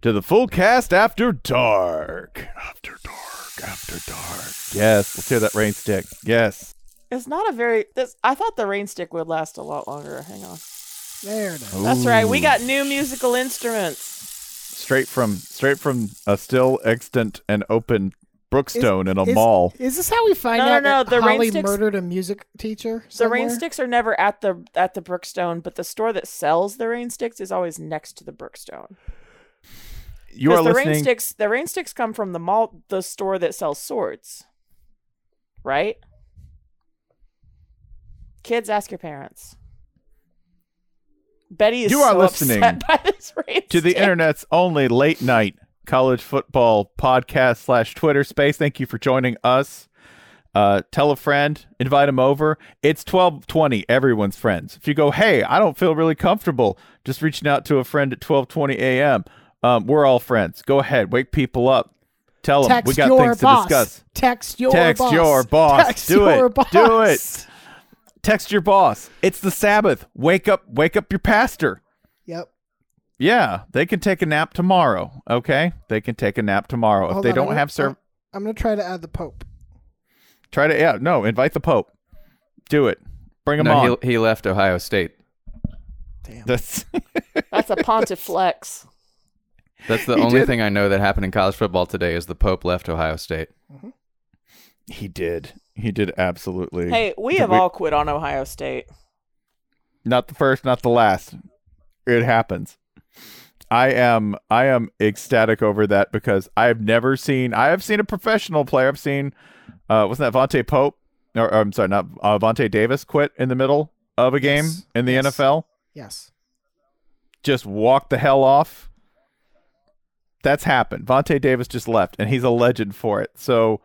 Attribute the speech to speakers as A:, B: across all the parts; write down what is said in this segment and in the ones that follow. A: to the full cast after dark.
B: After dark, after dark.
A: Yes, let's hear that rain stick. Yes.
C: It's not a very. This I thought the rain stick would last a lot longer. Hang on.
B: There it is.
C: That's right. We
A: Ooh.
C: got new musical instruments.
A: straight from straight from a still extant and open Brookstone in a
B: is,
A: mall.
B: Is this how we find
C: No, no,
B: out
C: no,
B: that
C: the rain
B: Holly
C: sticks-
B: murdered a music teacher?
C: The rain
B: somewhere?
C: sticks are never at the at the Brookstone, but the store that sells the rain sticks is always next to the Brookstone.
A: You are
C: the rain
A: listening.
C: sticks. The rain sticks come from the mall, the store that sells swords. Right. Kids, ask your parents. Betty is
A: You are
C: so
A: listening
C: upset by this rain
A: to the
B: uh,
C: stick.
A: internet's only late night college football podcast slash Twitter space. Thank you for joining us. Uh, tell a friend, invite them over. It's twelve twenty. Everyone's friends. If you go, hey, I don't feel really comfortable, just reaching out to a friend at twelve twenty a.m. Um, we're all friends. Go ahead, wake people up. Tell them
B: Text
A: we got
B: your
A: things
B: boss.
A: to discuss.
B: Text your
A: Text
B: boss.
A: your boss.
B: Text
A: Do it.
B: your boss.
A: Do it. Text your boss. It's the Sabbath. Wake up. Wake up your pastor.
B: Yep.
A: Yeah, they can take a nap tomorrow. Okay, they can take a nap tomorrow if
B: Hold
A: they
B: on, I'm
A: don't
B: gonna-
A: have serv.
B: I'm going to try to add the Pope.
A: Try to yeah no invite the Pope. Do it. Bring him
D: no,
A: on.
D: He, he left Ohio State.
A: That's
C: That's a pontiflex.
D: That's the
A: He
D: only
A: did.
D: thing I know that happened in college football today is the Pope left Ohio State.
A: he did. He did absolutely.
C: Hey, we
A: Did
C: have
A: we-
C: all quit on Ohio State.
A: not the first, not the last. It happens. I am I am ecstatic over that because I've never seen I have seen a professional player. I've seen uh wasn't that Vontae Pope or, or I'm sorry, not uh, Vontae Davis quit in the middle of a game
B: Yes.
A: in the
B: Yes.
A: NFL.
B: Yes.
A: Just walked the hell off. That's happened. Vontae Davis just left and he's a legend for it. So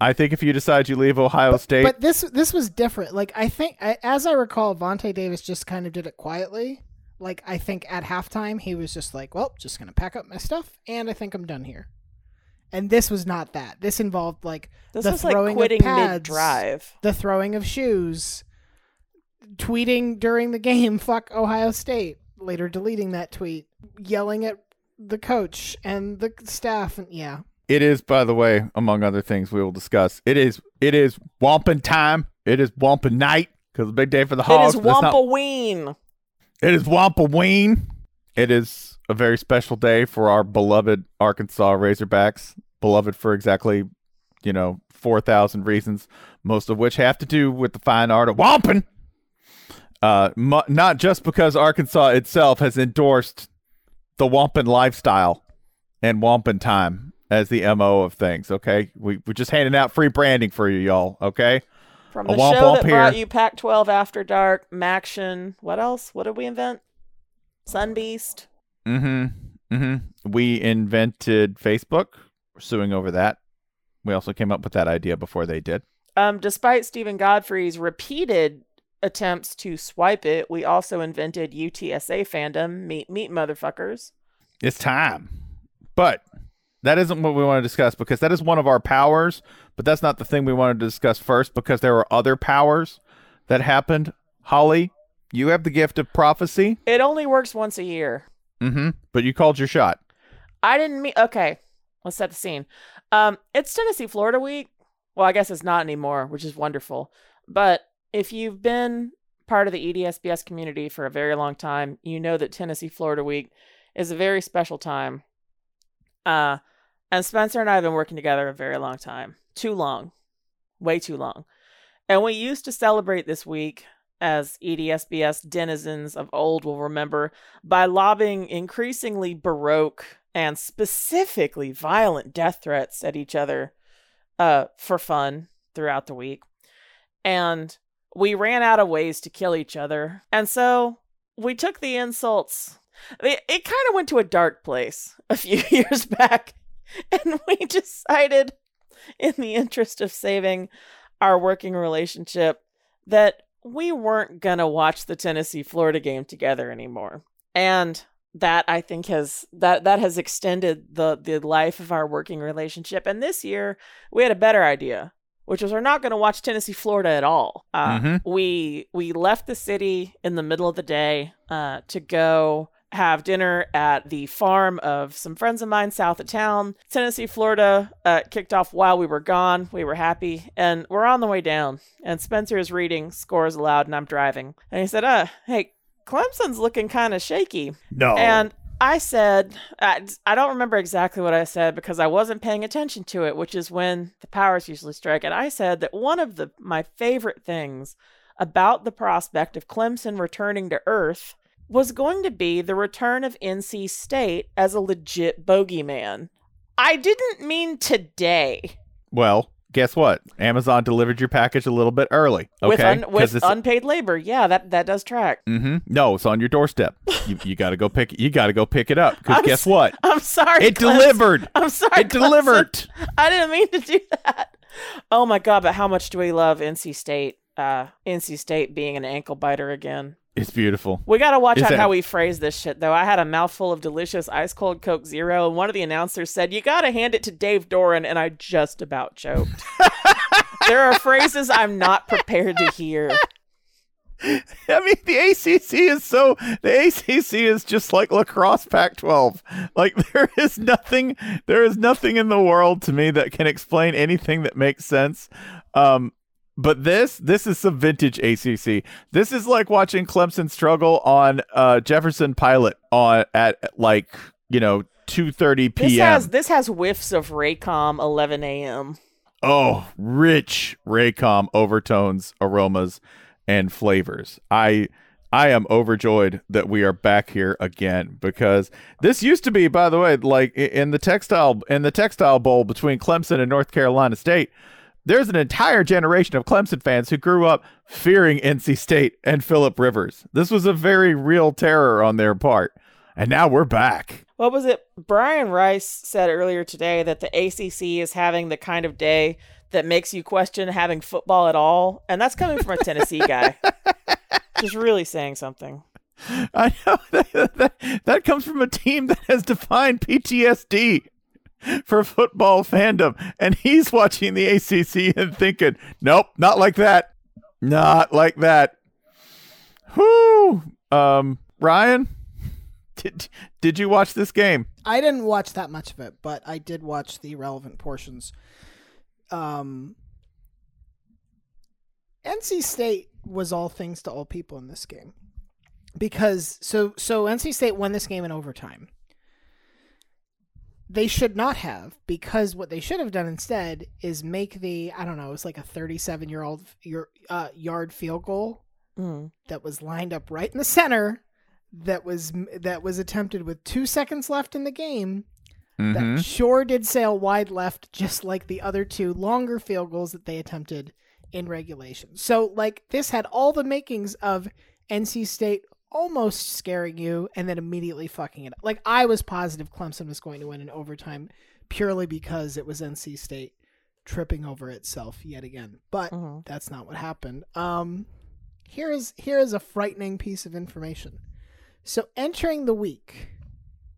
A: I think if you decide you leave Ohio State,
B: But this this was different. Like I think, I, as I recall, Vontae Davis just kind of did it quietly. Like I think at halftime he was just like, "Well, just gonna pack up my stuff, and I think I'm done here." And this was not that. This involved like
C: This
B: the
C: is
B: throwing
C: like quitting
B: of pads,
C: mid-drive.
B: the throwing of shoes, tweeting during the game, "Fuck Ohio State," later deleting that tweet, yelling at the coach and the staff, and yeah,
A: It is, by the way, among other things we will discuss. It is it is Wampin' time. It is Wampin' night because a big day for the
C: It
A: Hogs.
C: is
A: but it's not-
C: Wampaween.
A: it is Wampaween. It is a very special day for our beloved Arkansas Razorbacks, beloved for exactly, you know, four thousand reasons, most of which have to do with the fine art of Wampin'. Uh, mu- not just because Arkansas itself has endorsed the Wampin' lifestyle and Wampin' time as the mo of things. Okay, we we're just handing out free branding for you, y'all. Okay.
C: From
A: A
C: the
A: womp
C: show
A: womp
C: that brought
A: here.
C: you Pac-12 After Dark, Maction. What else? What did we invent? Sunbeast.
A: Mm-hmm. Mm-hmm. We invented Facebook. We're suing over that. We also came up with that idea before they did.
C: Um, despite Stephen Godfrey's repeated attempts to swipe it, we also invented UTSA fandom, meet meet motherfuckers.
A: It's time. But that isn't what we want to discuss because that is one of our powers, but that's not the thing we wanted to discuss first because there were other powers that happened. Holly, you have the gift of prophecy.
C: It only works once a year.
A: Mm-hmm. But you called your shot.
C: I didn't mean okay. Let's set the scene. Um, it's Tennessee Florida week. Well, I guess it's not anymore, which is wonderful. But if you've been part of the E EDSBS community for a very long time, you know that Tennessee Florida week is a very special time. Uh, and Spencer and I have been working together a very long time. Too long. Way too long. And we used to celebrate this week as E EDSBS denizens of old will remember by lobbing increasingly baroque and specifically violent death threats at each other uh, for fun throughout the week. And we ran out of ways to kill each other. And so we took the insults. It, it kind of went to a dark place a few years back. And we decided, in the interest of saving our working relationship, that we weren't going to watch the Tennessee Florida game together anymore and that i think has that that has extended the the life of our working relationship and this year we had a better idea which was we're not going to watch tennessee florida at all uh,
A: Mhm.
C: we we left the city in the middle of the day uh, to go have dinner at the farm of some friends of mine south of town. Tennessee, Florida uh, kicked off while we were gone. We were happy and we're on the way down. And Spencer is reading scores aloud and I'm driving. And he said, uh, hey, Clemson's looking kind of shaky.
A: No.
C: And I said, I, I don't remember exactly what I said because I wasn't paying attention to it, which is when the powers usually strike. And I said that one of the my favorite things about the prospect of Clemson returning to Earth was going to be the return of NC State as a legit bogeyman. I didn't mean today
A: well, guess what? Amazon delivered your package a little bit early.
C: with
A: Okay.
C: un-
A: 'Cause
C: with
A: it's-
C: unpaid labor. Yeah, that that does track.
A: Mhm. No, it's on your doorstep. you, you gotta go pick. You gotta go pick it up. Because
C: I'm
A: guess
C: s-
A: what?
C: I'm sorry.
A: It
C: Clemson.
A: delivered.
C: I'm sorry.
A: It
C: Clemson.
A: delivered.
C: I didn't mean to do that. Oh my god, but how much do we love NC State? Uh NC State being an ankle biter again.
A: It's beautiful.
C: We gotta watch
A: Is
C: out
A: that-
C: how we phrase this shit though. I had a mouthful of delicious ice cold Coke Zero, and one of the announcers said, You gotta hand it to Dave Doran, and I just about choked. there are phrases I'm not prepared to hear.
A: I mean, the ACC is so the ACC is just like lacrosse Pac-12. Like there is nothing, there is nothing in the world to me that can explain anything that makes sense. Um, but this, this is some vintage ACC. This is like watching Clemson struggle on uh, Jefferson Pilot on at like you know two thirty
C: This
A: p.m.
C: has this has whiffs of Raycom eleven AM.
A: oh, rich Raycom overtones, aromas, and flavors. I I am overjoyed that we are back here again because this used to be, by the way, like i- in the textile in the textile bowl between Clemson and North Carolina State. There's an entire generation of Clemson fans who grew up fearing NC State and Philip Rivers. This was a very real terror on their part. And now we're back.
C: what was it? Brian Rice said earlier today that the ACC is having the kind of day that makes you question having football at all, and that's coming from a Tennessee guy. Just really saying something.
A: I know that, that, that comes from a team that has defined PTSD for football fandom, and he's watching the ACC and thinking, "Nope, not like that, not like that." Whoo, um, Ryan, did did you watch this game?
B: I didn't watch that much of it, but I did watch the relevant portions. Um, NC State was all things to all people in this game because so so NC State won this game in overtime. They should not have because what they should have done instead is make the I don't know it's like a 37 year old your uh, yard field goal
C: Mm.
B: that was lined up right in the center that was that was attempted with 2 seconds left in the game that sure did sail wide left just like the other two longer field goals that they attempted in regulation. So like this had all the makings of NC State almost scaring you and then immediately fucking it up. Like I was positive Clemson was going to win in overtime purely because it was NC State tripping over itself yet again. But
C: Mhm.
B: that's not what happened. Um, here is here is a frightening piece of information. So entering the week,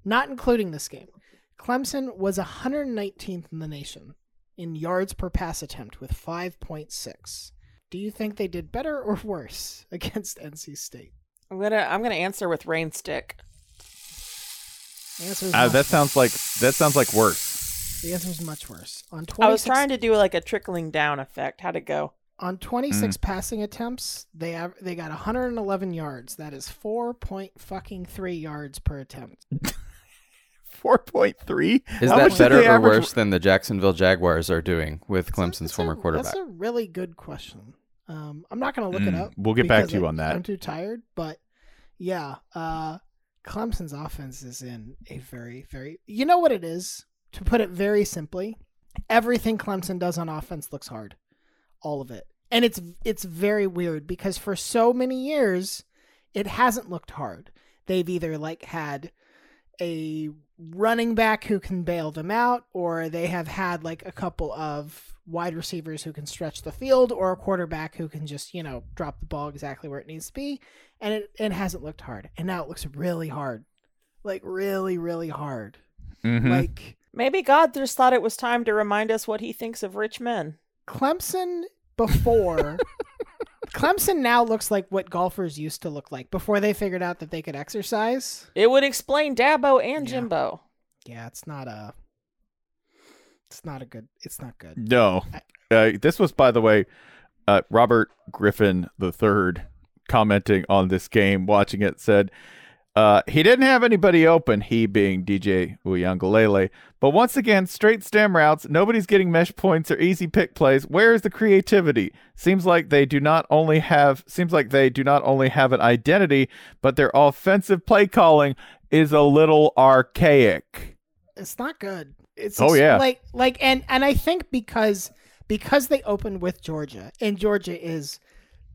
B: not including this game, Clemson was 119th in the nation in yards per pass attempt with 5.6. Do you think they did better or worse against NC State?
C: I'm gonna I'm gonna answer with rain stick.
B: The answer is
A: Uh,
B: much
A: that sounds like
B: worse.
A: that sounds like worse.
B: the answer is much worse. On 26,
C: I was trying to do like a trickling down effect. How'd it go?
B: on 26
A: Mm.
B: passing attempts, they av- they got 111 yards. That is 4. point fucking 3 yards per attempt.
A: Four point three.
D: Is
A: How much did
D: that better
A: they
D: or
A: average-
D: worse than the Jacksonville Jaguars are doing with Clemson's
B: That's a-
D: former quarterback?
B: That's a really good question. Um, I'm not going to look it
A: Mm,
B: up.
A: we'll get back
B: because
A: to you
B: I-
A: on that.
B: I'm too tired, but yeah, uh, Clemson's offense is in a very, very. You know what it is? To put it very simply, everything Clemson does on offense looks hard, all of it, and it's it's very weird because for so many years, it hasn't looked hard. They've either like had a running back who can bail them out, or they have had like a couple of wide receivers who can stretch the field, or a quarterback who can just, you know, drop the ball exactly where it needs to be. And it, it hasn't looked hard. And now it looks really hard. Like, really, really hard.
A: Mhm.
B: Like,
C: Maybe God just thought it was time to remind us what he thinks of rich men.
B: Clemson before. Clemson now looks like what golfers used to look like before they figured out that they could exercise.
C: It would explain Dabo and
B: Yeah.
C: Jimbo.
B: Yeah, it's not a. It's not a good. It's not good.
A: No. Uh, this was, by the way, uh, Robert Griffin III commenting on this game, watching it, said uh, he didn't have anybody open, he being DJ Uyangalele. But once again, straight stem routes, nobody's getting mesh points or easy pick plays. Where is the creativity? Seems like they do not only have seems like they do not only have an identity, but their offensive play calling is a little archaic.
B: It's not good. It's
A: Oh,
B: ex-
A: yeah.
B: Like like and and I think because because they opened with Georgia and Georgia is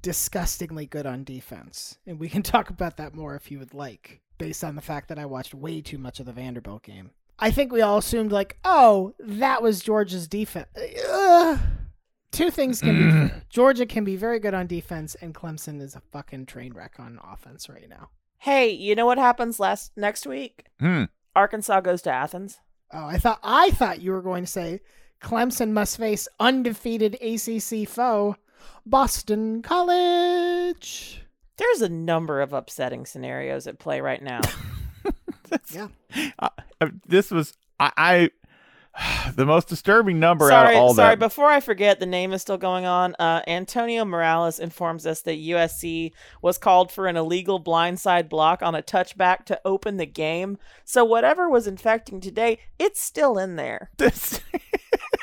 B: disgustingly good on defense and we can talk about that more if you would like based on the fact that I watched way too much of the Vanderbilt game. I think we all assumed like oh that was Georgia's defense. Ugh. Two things can be true. Georgia can be very good on defense and Clemson is a fucking train wreck on offense right now.
C: Hey, you know what happens last next week?
A: Hmm.
C: Arkansas goes to Athens.
B: Oh, I thought I thought you were going to say Clemson must face undefeated ACC foe Boston College.
C: There's a number of upsetting scenarios at play right now.
B: Yeah.
A: I, I- this was I, I the most disturbing number out
C: sorry,
A: of all
C: sorry.
A: that.
C: Before I forget, the name is still going on. Uh, Antonio Morales informs us that USC was called for an illegal blindside block on a touchback to open the game. So whatever was infecting today, it's still in there.
A: This-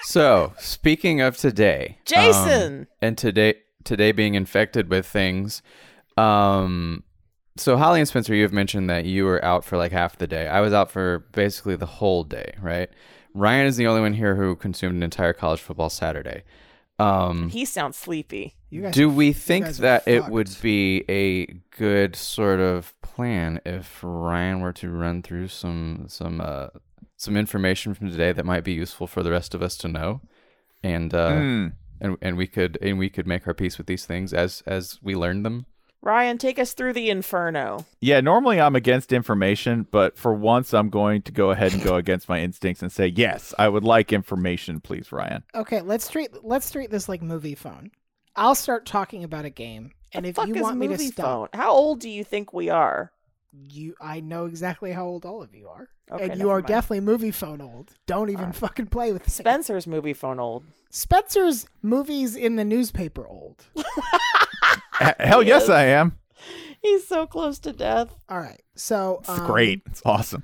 D: So, speaking of today, um,
C: Jason!
D: and today, today being infected with things. Um, so Holly and Spencer, you have mentioned that you were out for like half the day. I was out for basically the whole day, right? Ryan is the only one here who consumed an entire college football Saturday. Um,
C: He sounds sleepy.
B: You guys
D: do we think
B: guys are
D: that it
B: fucked.
D: would be a good sort of plan if Ryan were to run through some some uh, some information from today that might be useful for the rest of us to know, and uh,
A: Hmm.
D: and and we could and we could make our peace with these things as as we learn them.
C: Ryan, take us through the inferno.
A: Yeah, normally I'm against information, but for once I'm going to go ahead and go against my instincts and say yes. I would like information, please, Ryan.
B: Okay, let's treat let's treat this like movie phone. I'll start talking about a game, and
C: The
B: if
C: fuck
B: you
C: is
B: want me to
C: movie
B: stop,
C: phone? How old do you think we are?
B: you I know exactly how old all of you are,
C: Okay,
B: and
C: never
B: you are
C: mind.
B: definitely movie phone old. Don't even
C: Alright.
B: fucking play with me.
C: Spencer's movie phone old.
B: Spencer's movies in the newspaper old.
A: H- Hell yes.
C: Yes.
A: I am.
C: He's so close to death.
B: All right, so
A: It's
B: um,
A: great. It's awesome.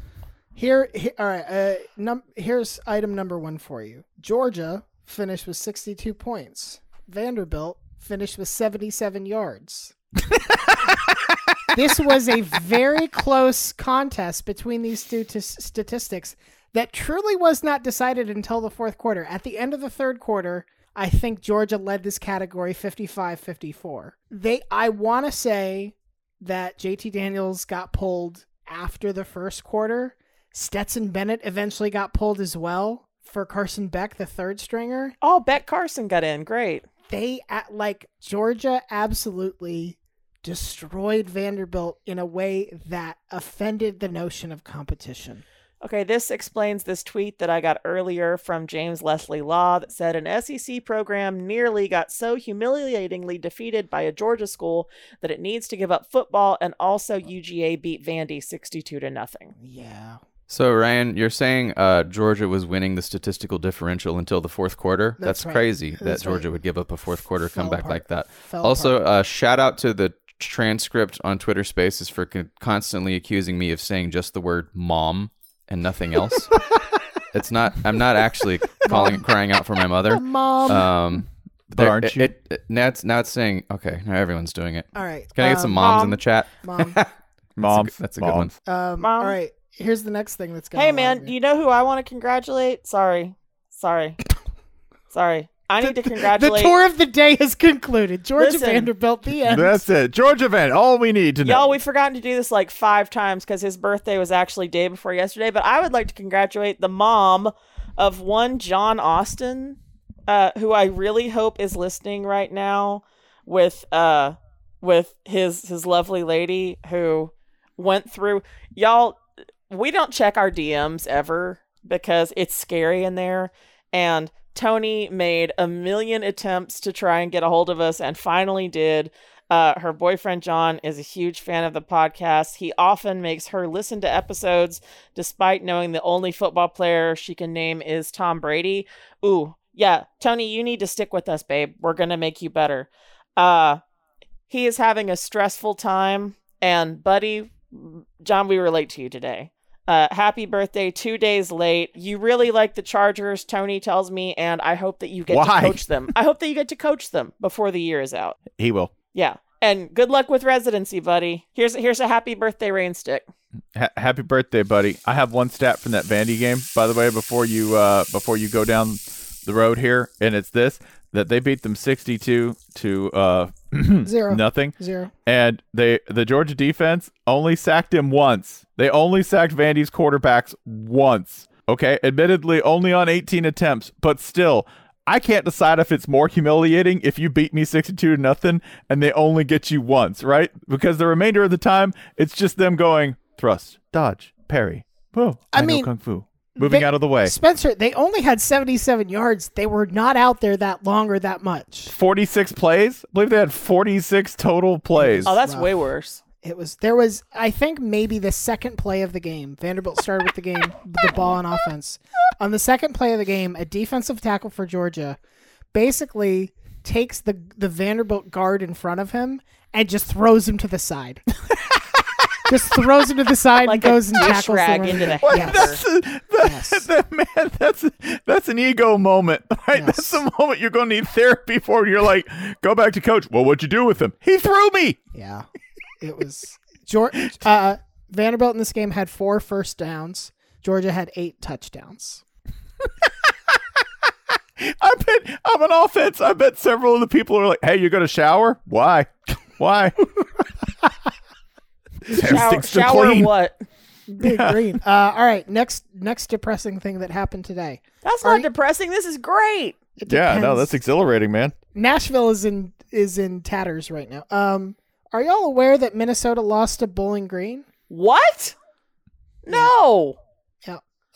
B: Here, he- all right. Uh, num- here's item number one for you. Georgia finished with 62 points. Vanderbilt finished with 77 yards. this was a very close contest between these two t- statistics that truly was not decided until the fourth quarter. At the end of the third quarter, I think Georgia led this category 55-54. They, I want to say that JT Daniels got pulled after the first quarter. Stetson Bennett eventually got pulled as well for Carson Beck, the third stringer.
C: Oh, Bet Carson got in. Great.
B: They at like Georgia absolutely destroyed Vanderbilt in a way that offended the notion of competition.
C: Okay, this explains this tweet that I got earlier from James Leslie Law that said an SEC program nearly got so humiliatingly defeated by a Georgia school that it needs to give up football and also UGA beat Vandy 62 to nothing.
B: Yeah.
D: So Ryan, you're saying uh, Georgia was winning the statistical differential until the fourth quarter.
B: That's
D: That's,
B: right.
D: crazy
B: That's
D: that Georgia
B: right.
D: would give up a fourth quarter
B: Fell
D: comeback
B: apart.
D: like that.
B: Fell
D: also,
B: apart.
D: uh, shout out to the transcript on Twitter Spaces for con- constantly accusing me of saying just the word "mom" and nothing else. it's not. I'm not actually calling crying out for my mother.
B: Mom.
D: Um,
A: But
D: there-
A: aren't
D: it-
A: you?
D: It, it- now it's now it's saying okay. Now everyone's doing it.
B: all right.
D: Can I get
B: um,
D: some moms in the chat?
B: Mom.
A: Mom.
D: good- that's a good one.
A: moms.
B: Um,
C: Mom.
B: All right. Here's the next thing that's going
C: Hey man, you know who I want to congratulate? Sorry. Sorry. Sorry. I need to
B: the
C: congratulate
B: tour of the day has concluded. Georgia
C: Listen.
B: Vanderbilt, the end.
A: That's it. Georgia Van. All we need to know.
C: Y'all, we've forgotten to do this like five times because his birthday was actually day before yesterday. But I would like to congratulate the mom of one John Austin, uh, who I really hope is listening right now with uh with his his lovely lady who went through y'all we don't check our DMs ever because it's scary in there and Tony made a million attempts to try and get a hold of us and finally did. Uh, her boyfriend John is a huge fan of the podcast. He often makes her listen to episodes despite knowing the only football player she can name is Tom Brady. Ooh, yeah, Tony, you need to stick with us, babe. We're going to make you better. Uh, he is having a stressful time. And, buddy, John, we relate to you today. Uh, happy birthday, two days late. You really like the Chargers, Tony tells me, and I hope that you get
A: Why?
C: to coach them. I hope that you get to coach them before the year is out.
A: He will.
C: Yeah. And good luck with residency, buddy. Here's here's a happy birthday rain stick.
A: Ha- happy birthday, buddy. I have one stat from that Vandy game, by the way, before you uh before you go down the road here, and it's this that they beat them 62 to uh
B: Zero.
A: nothing.
B: Zero.
A: And they the Georgia defense only sacked him once. They only sacked Vandy's quarterbacks once. Okay, admittedly only on 18 attempts, but still I can't decide if it's more humiliating if you beat me 62 to nothing and they only get you once, right? Because the remainder of the time it's just them going thrust, dodge, parry. Whoa,
B: I
A: I, know
B: mean,
A: kung fu. Moving
B: they-
A: out of the way.
B: Spencer, they only had 77 yards. They were not out there that long or that much.
A: 46 plays? I believe they had 46 total plays.
C: Oh, that's
B: Wow.
C: way worse.
B: It was there was I think maybe the second play of the game. Vanderbilt started with the game the ball on offense. On the second play of the game, a defensive tackle for Georgia basically takes the the Vanderbilt guard in front of him and just throws him to the side. just throws him to the side
C: Like
B: and goes
C: a
B: and
C: dish
B: tackles the
C: rag
B: running
C: into the
B: back.
C: hand.
A: That's
B: Yes.
A: a, that,
B: Yes.
A: that- man, that's a- that's an ego moment, right?
B: Yes.
A: That's the moment you're going to need therapy for. You're like, go back to coach. Well, what'd you do with him? He threw me.
B: Yeah. It was Georgia uh, Vanderbilt in this game had four first downs. Georgia had eight touchdowns.
A: I bet I'm an offense. I bet several of the people are like, hey, you're going to shower? Why? Why?
C: Shower,
A: Sticks to
C: shower
A: clean.
C: what?
B: Big green. Uh, all right, next next depressing thing that happened today.
C: That's
B: Are
C: not
B: you-
C: depressing. This is great.
B: It
A: Yeah, no,
B: depends.
A: that's exhilarating, man.
B: Nashville is in is in tatters right now. Um, are y'all aware that Minnesota lost to Bowling Green?
C: What? No.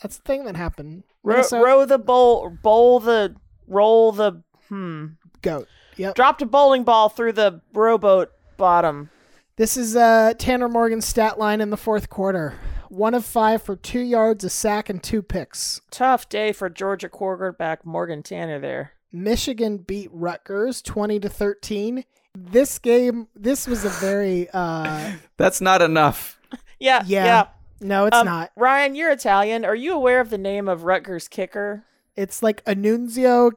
B: That's the thing that happened.
C: Ro-
B: Minnesota
C: row the bowl, bowl the, roll the, hmm.
B: goat. Yep.
C: Dropped a bowling ball through the rowboat bottom.
B: This is uh, Tanner Morgan's stat line in the fourth quarter. One of five for two yards, a sack, and two picks.
C: Tough day for Georgia quarterback Morgan Tanner there.
B: Michigan beat Rutgers twenty to thirteen. This game, this was a very uh,
D: That's not enough.
C: Yeah.
B: yeah.
C: Yeah.
B: No, it's
C: Um,
B: not.
C: Ryan, you're Italian. Are you aware of the name of Rutgers kicker?
B: It's like Annunzio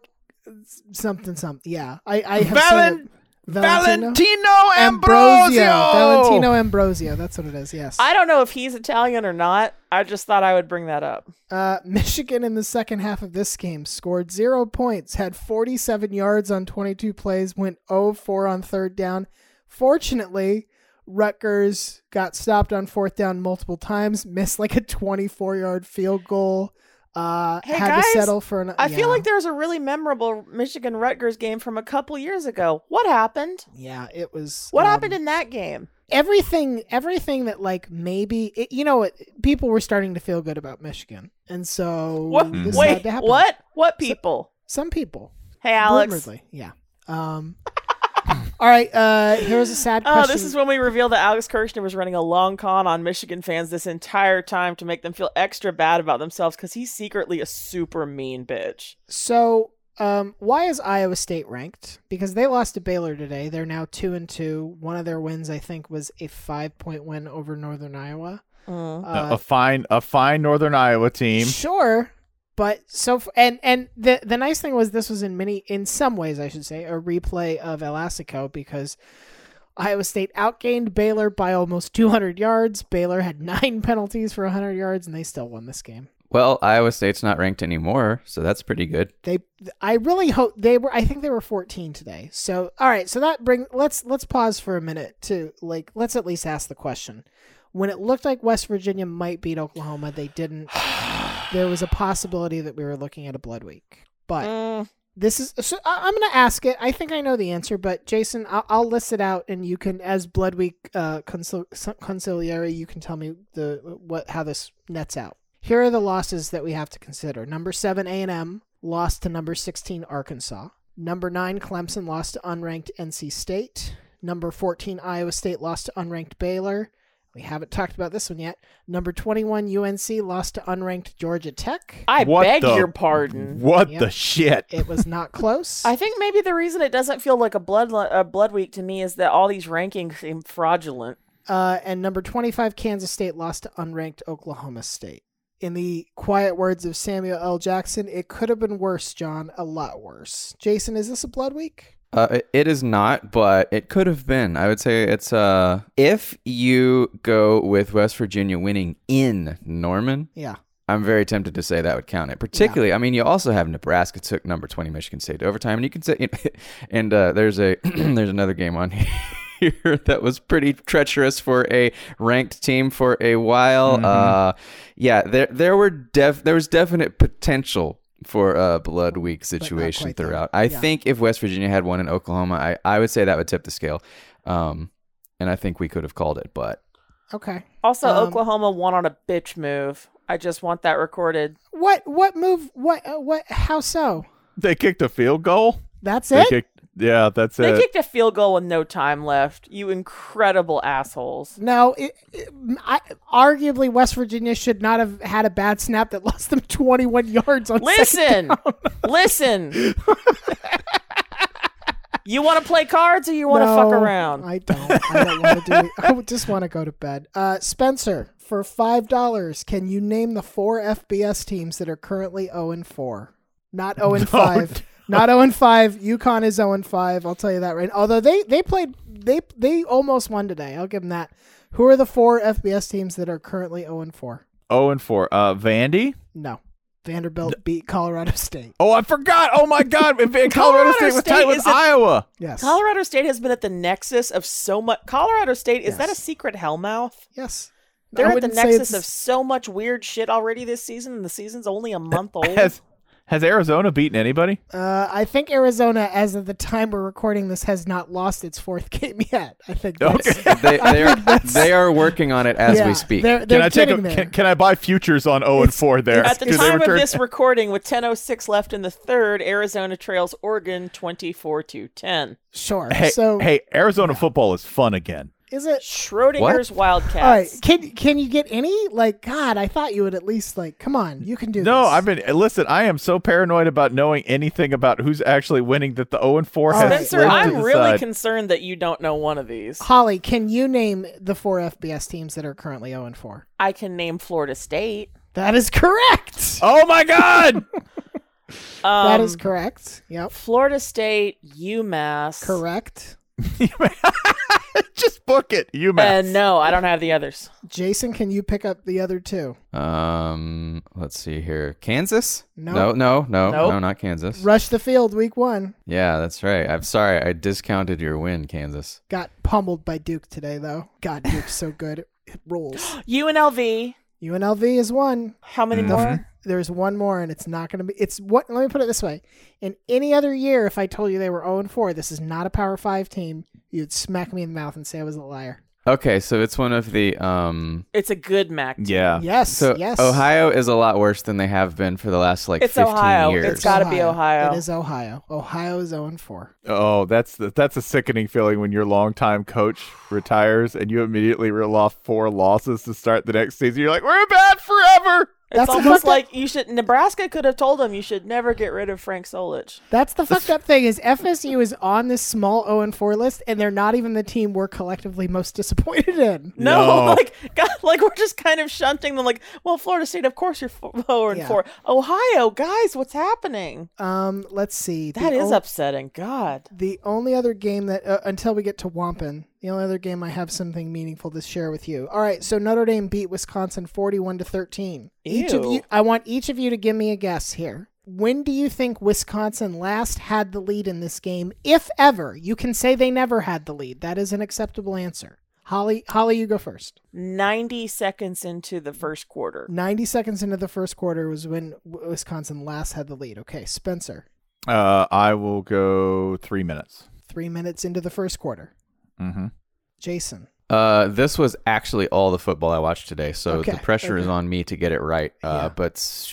B: something something. Yeah. I, I have
A: Valen-
B: seen it.
A: Valentino
B: Ambrosio.
A: Ambrosio.
B: Valentino Ambrosio. That's what it is. Yes.
C: I don't know if he's Italian or not. I just thought I would bring that up.
B: uh, Michigan in the second half of this game scored zero points, had 47 yards on 22 plays, went 0 4 on third down. Fortunately, Rutgers got stopped on fourth down multiple times, missed like a 24 yard field goal. Uh,
C: Hey,
B: had to
C: guys,
B: settle for an.
C: I
B: yeah.
C: feel like there's a really memorable Michigan Rutgers game from a couple years ago. What happened?
B: yeah, it was.
C: What
B: um,
C: happened in that game?
B: everything everything that like maybe it, you know it, people were starting to feel good about Michigan, and so
C: What?
B: this had
C: Wait,
B: to happen.
C: what? What people?
B: Some people,
C: hey, Alex.
B: rumoredly, yeah. Um, all right, uh, here's a sad
C: Oh,
B: question.
C: this is when we reveal that Alex Kirshner was running a long con on Michigan fans this entire time to make them feel extra bad about themselves because he's secretly a super mean bitch.
B: so. Um, why is Iowa State ranked? Because they lost to Baylor today. They're now two and two. One of their wins, I think, was a five point win over Northern Iowa. Uh,
C: Mm.
A: a a fine, a fine Northern Iowa team.
B: Sure, but so f- and and the the nice thing was this was in many in some ways I should say a replay of Elasico because Iowa State outgained Baylor by almost 200 yards. Baylor had nine penalties for 100 yards and they still won this game.
D: Well, Iowa State's not ranked anymore, so that's pretty good.
B: They I really hope they were I think they were 14 today. So all right, so that bring let's let's pause for a minute to like let's at least ask the question. When it looked like West Virginia might beat Oklahoma, they didn't. There was a possibility that we were looking at a blood week. But
C: Mm.
B: this is so I, i'm going to ask it i think i know the answer but jason I'll, I'll list it out and you can as blood week uh, consul- conciliary you can tell me the what how this nets out here are the losses that we have to consider number seven a&m lost to number 16 Arkansas. Number 9 Clemson lost to unranked NC State. Number 14 Iowa State lost to unranked Baylor. We haven't talked about this one yet. Number 21 UNC lost to unranked Georgia Tech.
C: I
A: What
C: beg
A: the-
C: your pardon.
A: What
B: Yep.
A: the shit?
B: It was not close.
C: I think maybe the reason it doesn't feel like a blood li- a blood week to me is that all these rankings seem fraudulent.
B: Uh, and number 25, Kansas State lost to unranked Oklahoma State. In the quiet words of Samuel L. Jackson, it could have been worse, John. A lot worse. Jason, is this a blood week?
D: Uh, it- it is not, but it could have been. I would say it's uh, if you go with West Virginia winning in Norman,
B: Yeah.
D: I'm very tempted to say that would count it. Particularly, I mean, you also have Nebraska took number 20 Michigan State to overtime, and you can say, and uh, there's a there's another game on here that was pretty treacherous for a ranked team for a while.
B: Mm-hmm.
D: Uh, yeah, there there were def there was definite potential for a blood week situation
B: quite there.
D: throughout. I
B: Yeah.
D: think if West Virginia had one in Oklahoma, I I would say that would tip the scale, um, and I think we could have called it, but.
B: Okay.
C: Also,
B: Um,
C: Oklahoma won on a bitch move. I just want that recorded.
B: What what move? What uh, what? How so?
A: They kicked a field goal.
B: That's
A: They
B: it.
A: kicked. Yeah, that's
C: They
A: it.
C: kicked a field goal with no time left. You incredible assholes.
B: No, it, it- I, arguably West Virginia should not have had a bad snap that lost them 21 yards on second
C: Listen, listen. you want to play cards or you want to fuck
B: No,
C: around?
B: I don't. I don't want to do. I would just want to go to bed. Uh, Spencer, for five dollars, can you name the four FBS teams that are currently zero and four? Not zero and five. Not zero and five. UConn is zero and five. I'll tell you that right. Although they they played they they almost won today. I'll give them that. Who are the four FBS teams that are currently zero and four?
A: Oh and four. Uh, Vandy.
B: No, Vanderbilt beat Colorado State.
A: Oh, I forgot. Oh my God, if- if Colorado,
C: Colorado
A: State was
C: State
A: tied with
C: is a-
A: Iowa.
B: Yes.
C: Colorado State has been at the nexus of so much. Colorado State is that a
B: Yes.
C: secret hellmouth?
B: Yes.
C: They're
B: I
C: at the
B: wouldn't say
C: nexus
B: it's-
C: of so much weird shit already this season, and the season's only a month old.
A: Has Has Arizona beaten anybody?
B: Uh, I think Arizona, as of the time we're recording this, has not lost its fourth game yet. I think that's,
A: Okay.
D: They, they, are, they are working on it as
B: yeah,
D: we speak.
B: They're, they're
A: Can I take? A,
B: getting there.
A: can, can I buy futures on zero and four there?
C: At the
A: Do they
C: time of
A: return-
C: this recording, with 10:06 left in the third, Arizona trails Oregon 24 to 10.
B: Sure.
A: Hey,
B: so
A: hey, Arizona football is fun again.
B: is it?
C: Schrodinger's Wildcats.
B: All right. Can can you get any? Like God, I thought you would at least like. Come on, you can do.
A: No,
B: this.
A: I've been listen. I am so paranoid about knowing anything about who's actually winning that the zero and four
B: Oh,
A: has.
C: Spencer,
A: slid to
C: I'm
A: the
C: really
A: side.
C: concerned that you don't know one of these.
B: Holly, can you name the four FBS teams that are currently zero and four?
C: I can name Florida State.
B: That is correct.
A: oh my God!
C: Um,
B: that is correct. Yep.
C: Florida State, UMass.
B: Correct.
A: Just book it, you man.
C: And no, I don't have the others.
B: Jason, can you pick up the other two?
D: Um, let's see here. Kansas?
B: No.
D: no, no, no,
C: Nope.
D: no, not Kansas.
B: Rush the field, week one.
D: Yeah, that's right. I'm sorry, I discounted your win, Kansas.
B: Got pummeled by Duke today, though. God, Duke's so good. It rules.
C: UNLV.
B: UNLV is one.
C: How many
B: Mm-hmm.
C: more?
B: There's one more, and it's not going to be. It's what? Let me put it this way: in any other year, if I told you they were 0 and 4, this is not a Power Five team, you'd smack me in the mouth and say I was a liar.
D: Okay, so it's one of the um
C: It's a good MAC. team.
A: yeah,
B: Yes,
D: Oh, so
B: yes.
D: Ohio is a lot worse than they have been for the last like
C: It's
D: 15
C: Ohio.
D: years.
C: It's gotta be Ohio.
B: It is Ohio. Ohio is 0 and 4.
A: Oh, that's the, that's a sickening feeling when your longtime coach retires and you immediately reel off four losses to start the next season. You're like, we're bad forever.
C: It's
B: That's a
C: almost
B: fucked up-
C: like you should. Nebraska could have told them you should never get rid of Frank Solich.
B: That's the fucked up thing is FSU is on this small 0 and 4 list, and they're not even the team we're collectively most disappointed in.
C: No,
A: No.
C: like God, like we're just kind of shunting them. Like, well, Florida State, of course you're four four and
B: Yeah.
C: four. Ohio, guys, what's happening?
B: Um, let's see.
C: That is
B: up.
C: upsetting. God,
B: The only other game that, uh, until we get to Wampin, the only other game I have something meaningful to share with you. All right, so Notre Dame beat Wisconsin forty-one to thirteen. Each of
C: Ew.
B: you, I want each of you to give me a guess here. When do you think Wisconsin last had the lead in this game, if ever? You can say they never had the lead. That is an acceptable answer. Holly, Holly, you go first.
C: ninety seconds into the first quarter,
B: Ninety seconds into the first quarter was when W- Wisconsin last had the lead. Okay, Spencer.
A: Uh, I will go three minutes.
B: Three minutes into the first quarter,
A: Mm-hmm.
B: Jason.
D: Uh, this was actually all the football I watched today, so
B: Okay,
D: the pressure is
B: okay.
D: on me to get it right. Uh,
B: Yeah.
D: but s-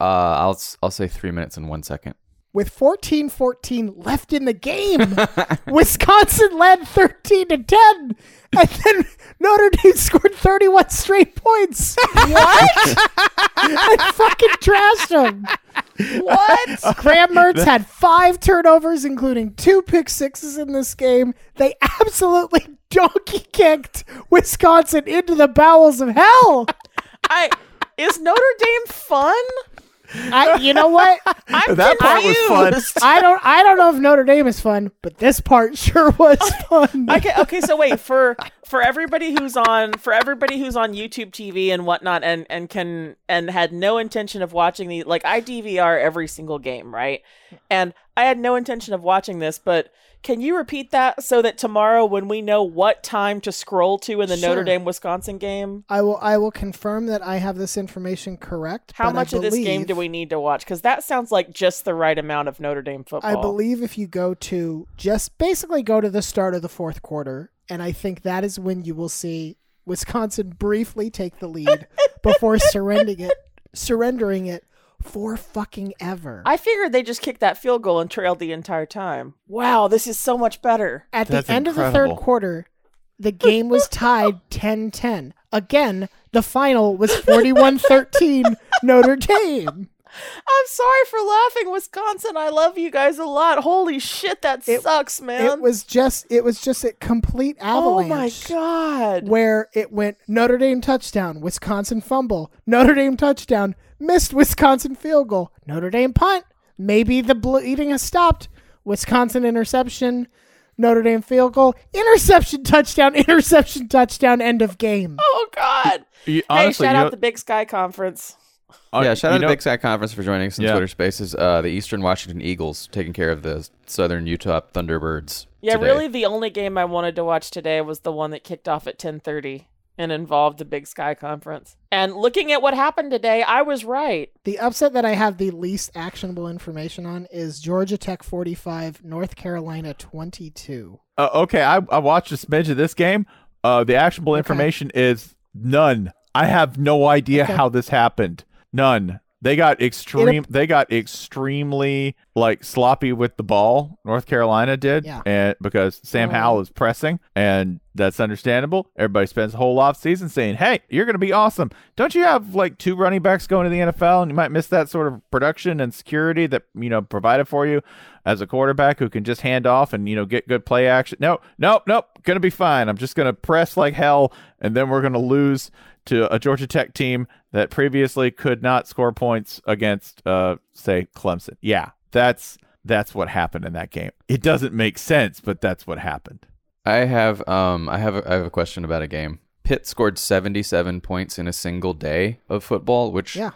D: Uh, I'll s- I'll say three minutes and one second.
B: With 14-14 left in the game, Wisconsin led 13 to 10, and then Notre Dame scored 31 straight points. What? I fucking trashed them. What? Graham Mertz had five turnovers, including two pick sixes in this game. They absolutely donkey kicked Wisconsin into the bowels of hell.
C: I is Notre Dame fun?
B: I, you know what?
C: I'm
A: That part was fun.
C: confused.
B: I don't. I don't know if Notre Dame is fun, but this part sure was fun.
C: Okay, okay, so wait, for for everybody who's on for everybody who's on YouTube TV and whatnot and and can and had no intention of watching the like I DVR every single game, right? And I had no intention of watching this, but can you repeat that so that tomorrow when we know what time to scroll to in the Notre
B: Sure.
C: Dame Wisconsin game,
B: I will. I will confirm that I have this information correct.
C: how
B: but I
C: much of this game
B: believe-
C: do we need to watch? Because that sounds like just the right amount of Notre Dame football.
B: I believe if you go to just basically go to the start of the fourth quarter, and I think that is when you will see Wisconsin briefly take the lead before surrendering it, surrendering it for fucking ever.
C: I figured they just kicked that field goal and trailed the entire time. Wow, this is so much better.
B: At the
A: That's
B: end of the
A: incredible.
B: third quarter, the game was tied 10-10. Again, the final was 41-13 Notre Dame.
C: I'm sorry for laughing, Wisconsin. I love you guys a lot. Holy shit, that
B: It-
C: sucks, man.
B: It was just it was just a complete
C: oh
B: avalanche.
C: my god.
B: where it went Notre Dame touchdown, Wisconsin fumble, Notre Dame touchdown, missed Wisconsin field goal, Notre Dame punt, maybe the bleeding has stopped, Wisconsin interception, Notre Dame field goal, interception, touchdown, interception, touchdown, end of game.
C: oh god.
A: You-
C: hey, shout
A: you
C: out
A: know-
C: the Big Sky Conference.
A: uh,
D: yeah, shout
A: you
D: out to
A: know-
D: Big Sky Conference for joining us in
A: Yeah.
D: Twitter Spaces. Uh, the Eastern Washington Eagles taking care of the Southern Utah Thunderbirds.
C: Yeah,
D: today.
C: really the only game I wanted to watch today was the one that kicked off at 10:30 and involved the Big Sky Conference. And looking at what happened today, I was right.
B: The upset that I have the least actionable information on is Georgia Tech 45, North Carolina 22.
A: Uh, okay, I, I watched a smidge of this game. Uh, the actionable information is none. I have no idea
B: Okay.
A: how this happened. None. They got extreme. they got extremely like sloppy with the ball. North Carolina did,
B: Yeah.
A: and because Sam
B: Oh.
A: Howell is pressing, and that's understandable. Everybody spends the whole off season saying, "Hey, you're going to be awesome." Don't you have like two running backs going to the NFL, and you might miss that sort of production and security that you know provided for you as a quarterback who can just hand off and you know get good play action. No, no, nope. Gonna be fine. I'm just gonna press like hell, and then we're gonna lose to a Georgia Tech team that previously could not score points against, uh, say Clemson. Yeah, that's that's what happened in that game. It doesn't make sense, but that's what happened.
D: I have um I have a, I have a question about a game. Pitt scored 77 points in a single day of football, which
B: Yeah.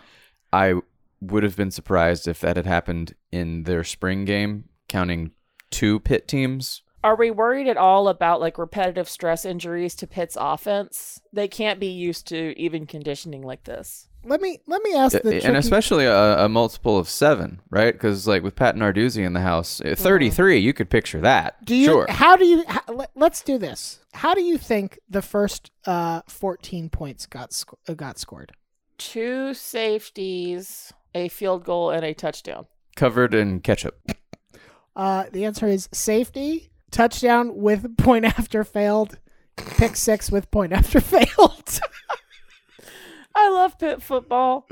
D: I would have been surprised if that had happened in their spring game, counting two Pitt teams.
C: Are we worried at all about like repetitive stress injuries to Pitt's offense? They can't be used to even conditioning like this.
B: Let me let me ask the
D: and
B: tricky-
D: especially a, a multiple of seven, right? Because like with Pat Narduzzi in the house, uh, 33, you could picture that.
B: Do you?
D: sure.
B: How do you? How, let, let's do this. How do you think the first uh, fourteen points got sc- uh, got scored?
C: Two safeties, a field goal and a touchdown.
D: Covered in ketchup.
B: Uh, the answer is safety touchdown with point after failed, pick six with point after failed.
C: I love Pitt football.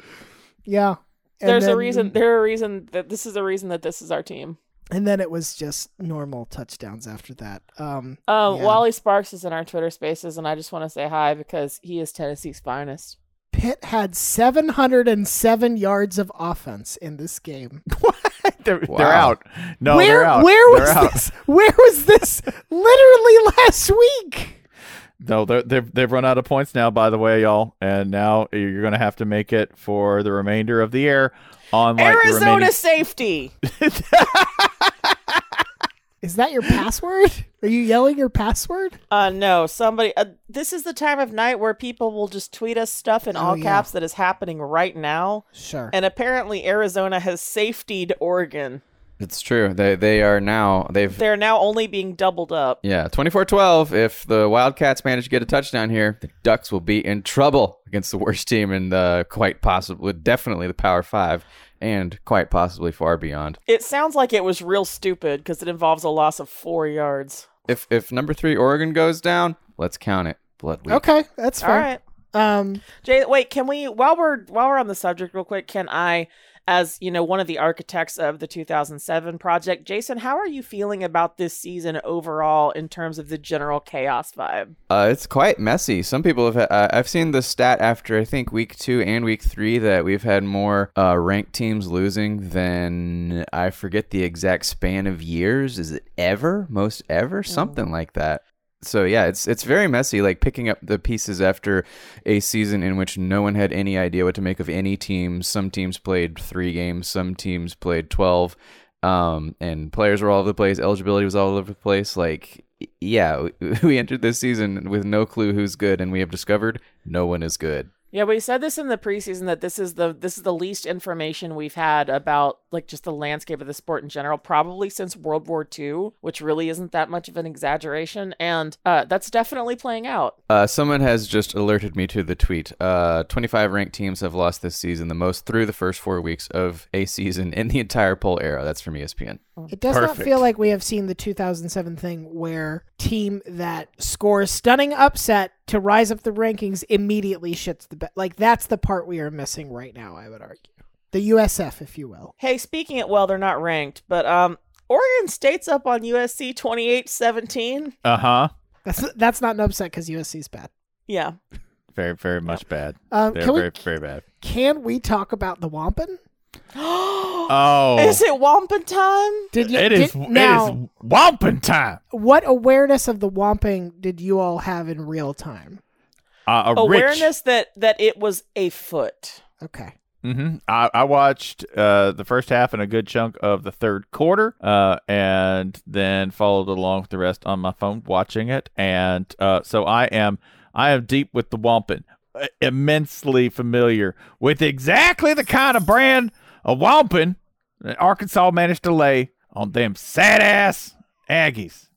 B: yeah. And
C: There's a
B: then-
C: reason. There a reason that this is a reason that this is our team.
B: And then it was just normal touchdowns after that. Um,
C: Um,
B: Yeah.
C: Wally Sparks is in our Twitter Spaces, and I just want to say hi because he is Tennessee's finest.
B: Pitt had 707 yards of offense in this game.
A: They're, they're
D: Wow.
A: out. No,
B: where
A: they're out.
B: where
A: They're
B: was
A: out.
B: this? Where was this? Literally last week.
A: No, they're, they've they've run out of points now. By the way, y'all, and now you're gonna have to make it for the remainder of the year on like the
C: Arizona
A: remaining-
C: safety.
B: Is that your password? Are you yelling your password?
C: Uh, no, somebody. Uh, this is the time of night where people will just tweet us stuff in
B: Oh,
C: all
B: yeah.
C: caps that is happening right now,
B: Sure.
C: and apparently Arizona has safetied Oregon.
D: It's true. They they are now they've
C: They're now only being doubled up.
D: yeah 24-12. If the Wildcats manage to get a touchdown here, the Ducks will be in trouble against the worst team in the quite possibly definitely the Power Five, and quite possibly far beyond.
C: It sounds like it was real stupid because it involves a loss of four yards.
D: If if number three Oregon goes down, let's count it. Blood week.
B: Okay, that's
C: All
B: fair.
C: right.
B: Um,
C: Jay, wait, can we while we're while we're on the subject real quick, can I as, you know, one of the architects of the 2007 project, Jason, how are you feeling about this season overall in terms of the general chaos vibe?
D: Uh, it's quite messy. Some people have. Uh, I've seen the stat after I think week two and week three that we've had more uh, ranked teams losing than I forget the exact span of years. Is it ever? Most ever? Something like that. So yeah, it's it's very messy. Like picking up the pieces after a season in which no one had any idea what to make of any team. Some teams played three games. Some teams played twelve. Um, and players were all over the place. Eligibility was all over the place. Like yeah, we- we entered this season with no clue who's good, and we have discovered no one is good.
C: Yeah, we said this in the preseason that this is the this is the least information we've had about like just the landscape of the sport in general, probably since World War II, which really isn't that much of an exaggeration, and uh, that's definitely playing out.
D: Uh, someone has just alerted me to the tweet. Uh, 25 ranked teams have lost this season, the most through the first four weeks of a season in the entire poll era. That's from E ESPN.
B: It does not
A: Perfect.
B: feel like we have seen the 2007 thing where team that scores stunning upset to rise up the rankings immediately shits the bed. Like that's the part we are missing right now. I would argue the USF, if you will.
C: Hey, speaking it well, they're not ranked, but um, Oregon State's up on USC 28-17.
A: Uh huh.
B: That's that's not an upset because USC's bad.
C: Yeah,
A: Very, very much bad.
B: Um,
A: They're
B: can we
A: very, very bad.
B: can we talk about the Wampin?
A: Oh,
C: Is it Wampin time?
B: Did you
A: it
B: did-
A: is.
B: now?
A: It is whomping time.
B: What awareness of the Wamping did you all have in real time?
A: Uh, a
C: Awareness that that it was a foot.
B: Okay,
A: Mm-hmm. I, I watched uh, the first half and a good chunk of the third quarter, uh, and then followed along with the rest on my phone watching it. And uh, so I am, I am deep with the wampin, uh, immensely familiar with exactly the kind of brand of wampin that Arkansas managed to lay on them sad ass Aggies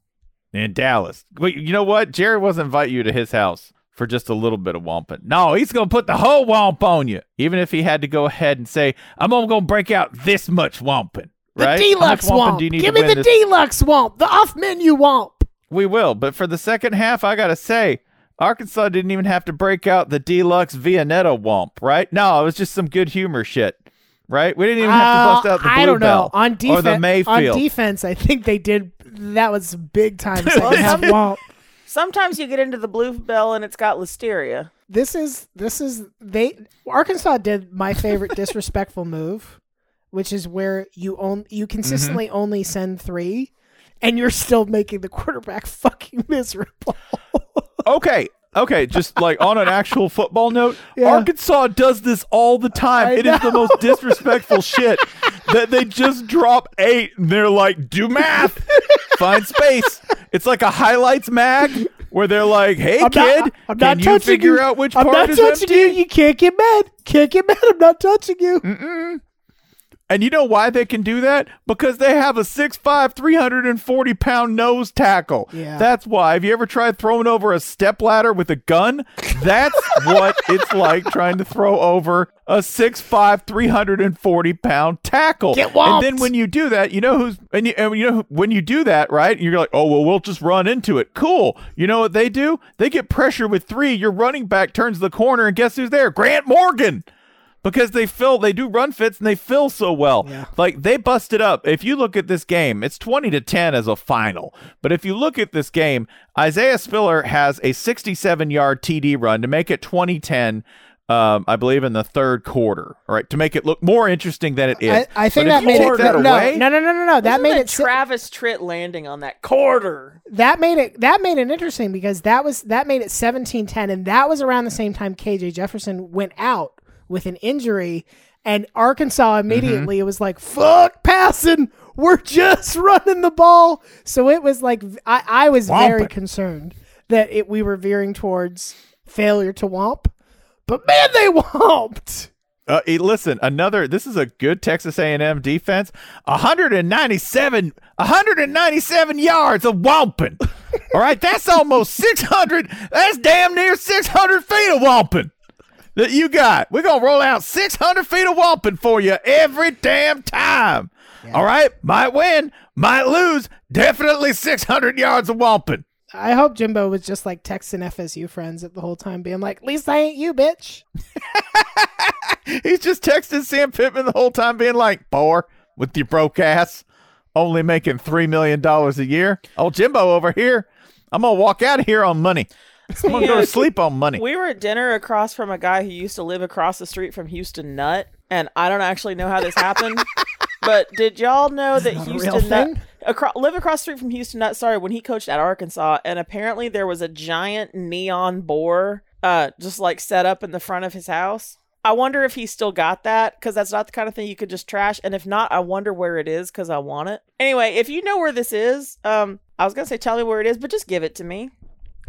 A: in Dallas. But you know what? Jerry was invite you to his house for just a little bit of wampum. No, he's gonna put the whole womp on you. Even if he had to go ahead and say, "I'm only gonna break out this much wampum." Right?
B: the
A: How much
B: deluxe
A: wampum
B: Wamp.
A: do you need
B: Give
A: to
B: me
A: win
B: the
A: this?
B: deluxe Wamp, the off menu Wamp.
A: we will. But for the second half, I gotta say. Arkansas didn't even have to break out the deluxe Vianetta womp, right? No, it was just some good humor shit, right? We didn't even have to bust
B: Uh,
A: out the
B: I don't know.
A: Bluebell
B: On
A: or the
B: defense, on
A: Mayfield.
B: defense, I think they did. That was big time. second
C: Well,
B: half
C: some-
B: womp.
C: Sometimes you get into the bluebell and it's got listeria.
B: This is this is they Arkansas did my favorite disrespectful move, which is where you on, you
A: Mm-hmm.
B: consistently only send three, and you're still making the quarterback fucking miserable.
A: Okay. Okay, just like on an actual football note,
B: Yeah.
A: Arkansas does this all the time.
B: I
A: It is the most disrespectful shit that they just drop eight and they're like, do math, find space. It's like a highlights mag where they're like, hey,
B: I'm
A: kid,
B: not,
A: can
B: I'm not
A: you
B: touching
A: figure
B: you.
A: out which
B: I'm
A: part
B: not
A: is
B: touching
A: empty?
B: you. You can't get mad. Can't get mad. I'm not touching you.
A: And you know why they can do that? Because they have a 6'5, 340 pound nose tackle.
B: Yeah.
A: That's why. Have you ever tried throwing over a stepladder with a gun? That's what it's like trying to throw over a 6'5, 340 pound tackle.
B: Get
A: and then
B: whomped.
A: when you do that, you know who's, and you, and you know, who- when you do that, right? You're like, oh, well, we'll just run into it. Cool. You know what they do? They get pressure with three. Your running back turns the corner, and guess who's there? Grant Morgan because they fill they do run fits and they fill so well
B: Yeah.
A: like they busted up if you look at this game it's 20 to 10 as a final but if you look at this game isaiah spiller has a 67 yard td run to make it 2010 um, I believe in the third quarter, all right, to make it look more interesting than it is.
B: I, I think
A: But if
B: that
A: you
B: made
A: take
B: it.
A: that
B: no,
A: away,
B: no, no, no, no, no. That
C: Isn't
B: made
C: that
B: it. si-
C: Travis Tritt landing on that quarter.
B: that made it that made it interesting because that was that made it 17-10 and that was around the same time KJ Jefferson went out with an injury and Arkansas
A: Mm-hmm.
B: immediately was like fuck passing we're just running the ball so it was like I, I was very
A: Womp it.
B: concerned that it we were veering towards failure to womp but man they womped
A: Uh, eh, listen, another. This is a good Texas A&M defense. 197, 197 yards of whomping. All right, that's almost 600. That's damn near 600 feet of whomping that you got. We're gonna roll out 600 feet of whomping for you every damn time. All right, might win, might lose. Definitely 600 yards of whomping.
B: I hope Jimbo was just like texting FSU friends at the whole time, being like, "At least I ain't you, bitch."
A: He's just texting Sam Pittman the whole time, being like, "Boar, with your broke ass, only making three million dollars a year. Oh, Jimbo over here, I'm gonna walk out of here on money. I'm gonna go to sleep on money."
C: We were at dinner across from a guy who used to live across the street from Houston Nut, and I don't actually know how this happened. But did y'all know that
B: not a real
C: Houston Nut
B: thing?
C: acro- live across the street from Houston Nut? Sorry, when he coached at Arkansas, and apparently there was a giant neon boar uh, just like set up in the front of his house. I wonder if he still got that because that's not the kind of thing you could just trash. And if not, I wonder where it is because I want it. Anyway, if you know where this is, um, I was gonna say tell me where it is, but just give it to me.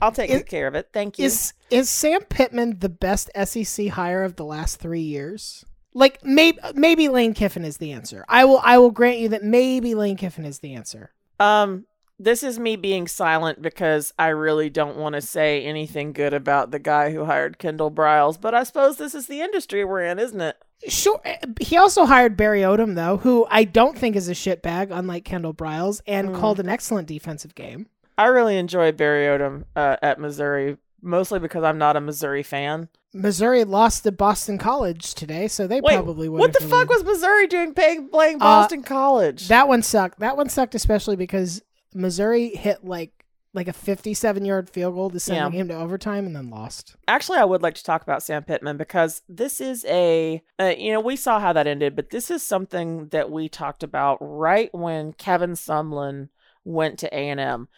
C: I'll take
B: Is-
C: good care of it. Thank you.
B: Is is Sam Pittman the best SEC hire of the last three years? Like maybe maybe Lane Kiffin is the answer. I will I will grant you that maybe Lane Kiffin is the answer.
C: Um, this is me being silent because I really don't want to say anything good about the guy who hired Kendall Briles, but I suppose this is the industry we're in, isn't it?
B: Sure. eh, He also hired Barry Odom though, who I don't think is a shitbag, unlike Kendall Briles, and
C: Mm.
B: called an excellent defensive game.
C: I really enjoy Barry Odom uh, at Missouri, mostly because I'm not a Missouri fan.
B: Missouri lost to Boston College today, so they Uh,
C: Wait,
B: probably would.
C: what the
B: have
C: fuck
B: been-
C: was Missouri doing paying, playing Boston College?
B: that one sucked? That one sucked especially because Missouri hit like like a fifty-seven yard field goal to send
C: Yeah.
B: the game to overtime and then lost.
C: Actually, I would like to talk about Sam Pittman because this is a, uh, you know, we saw how that ended, but this is something that we talked about right when Kevin Sumlin went to A&M.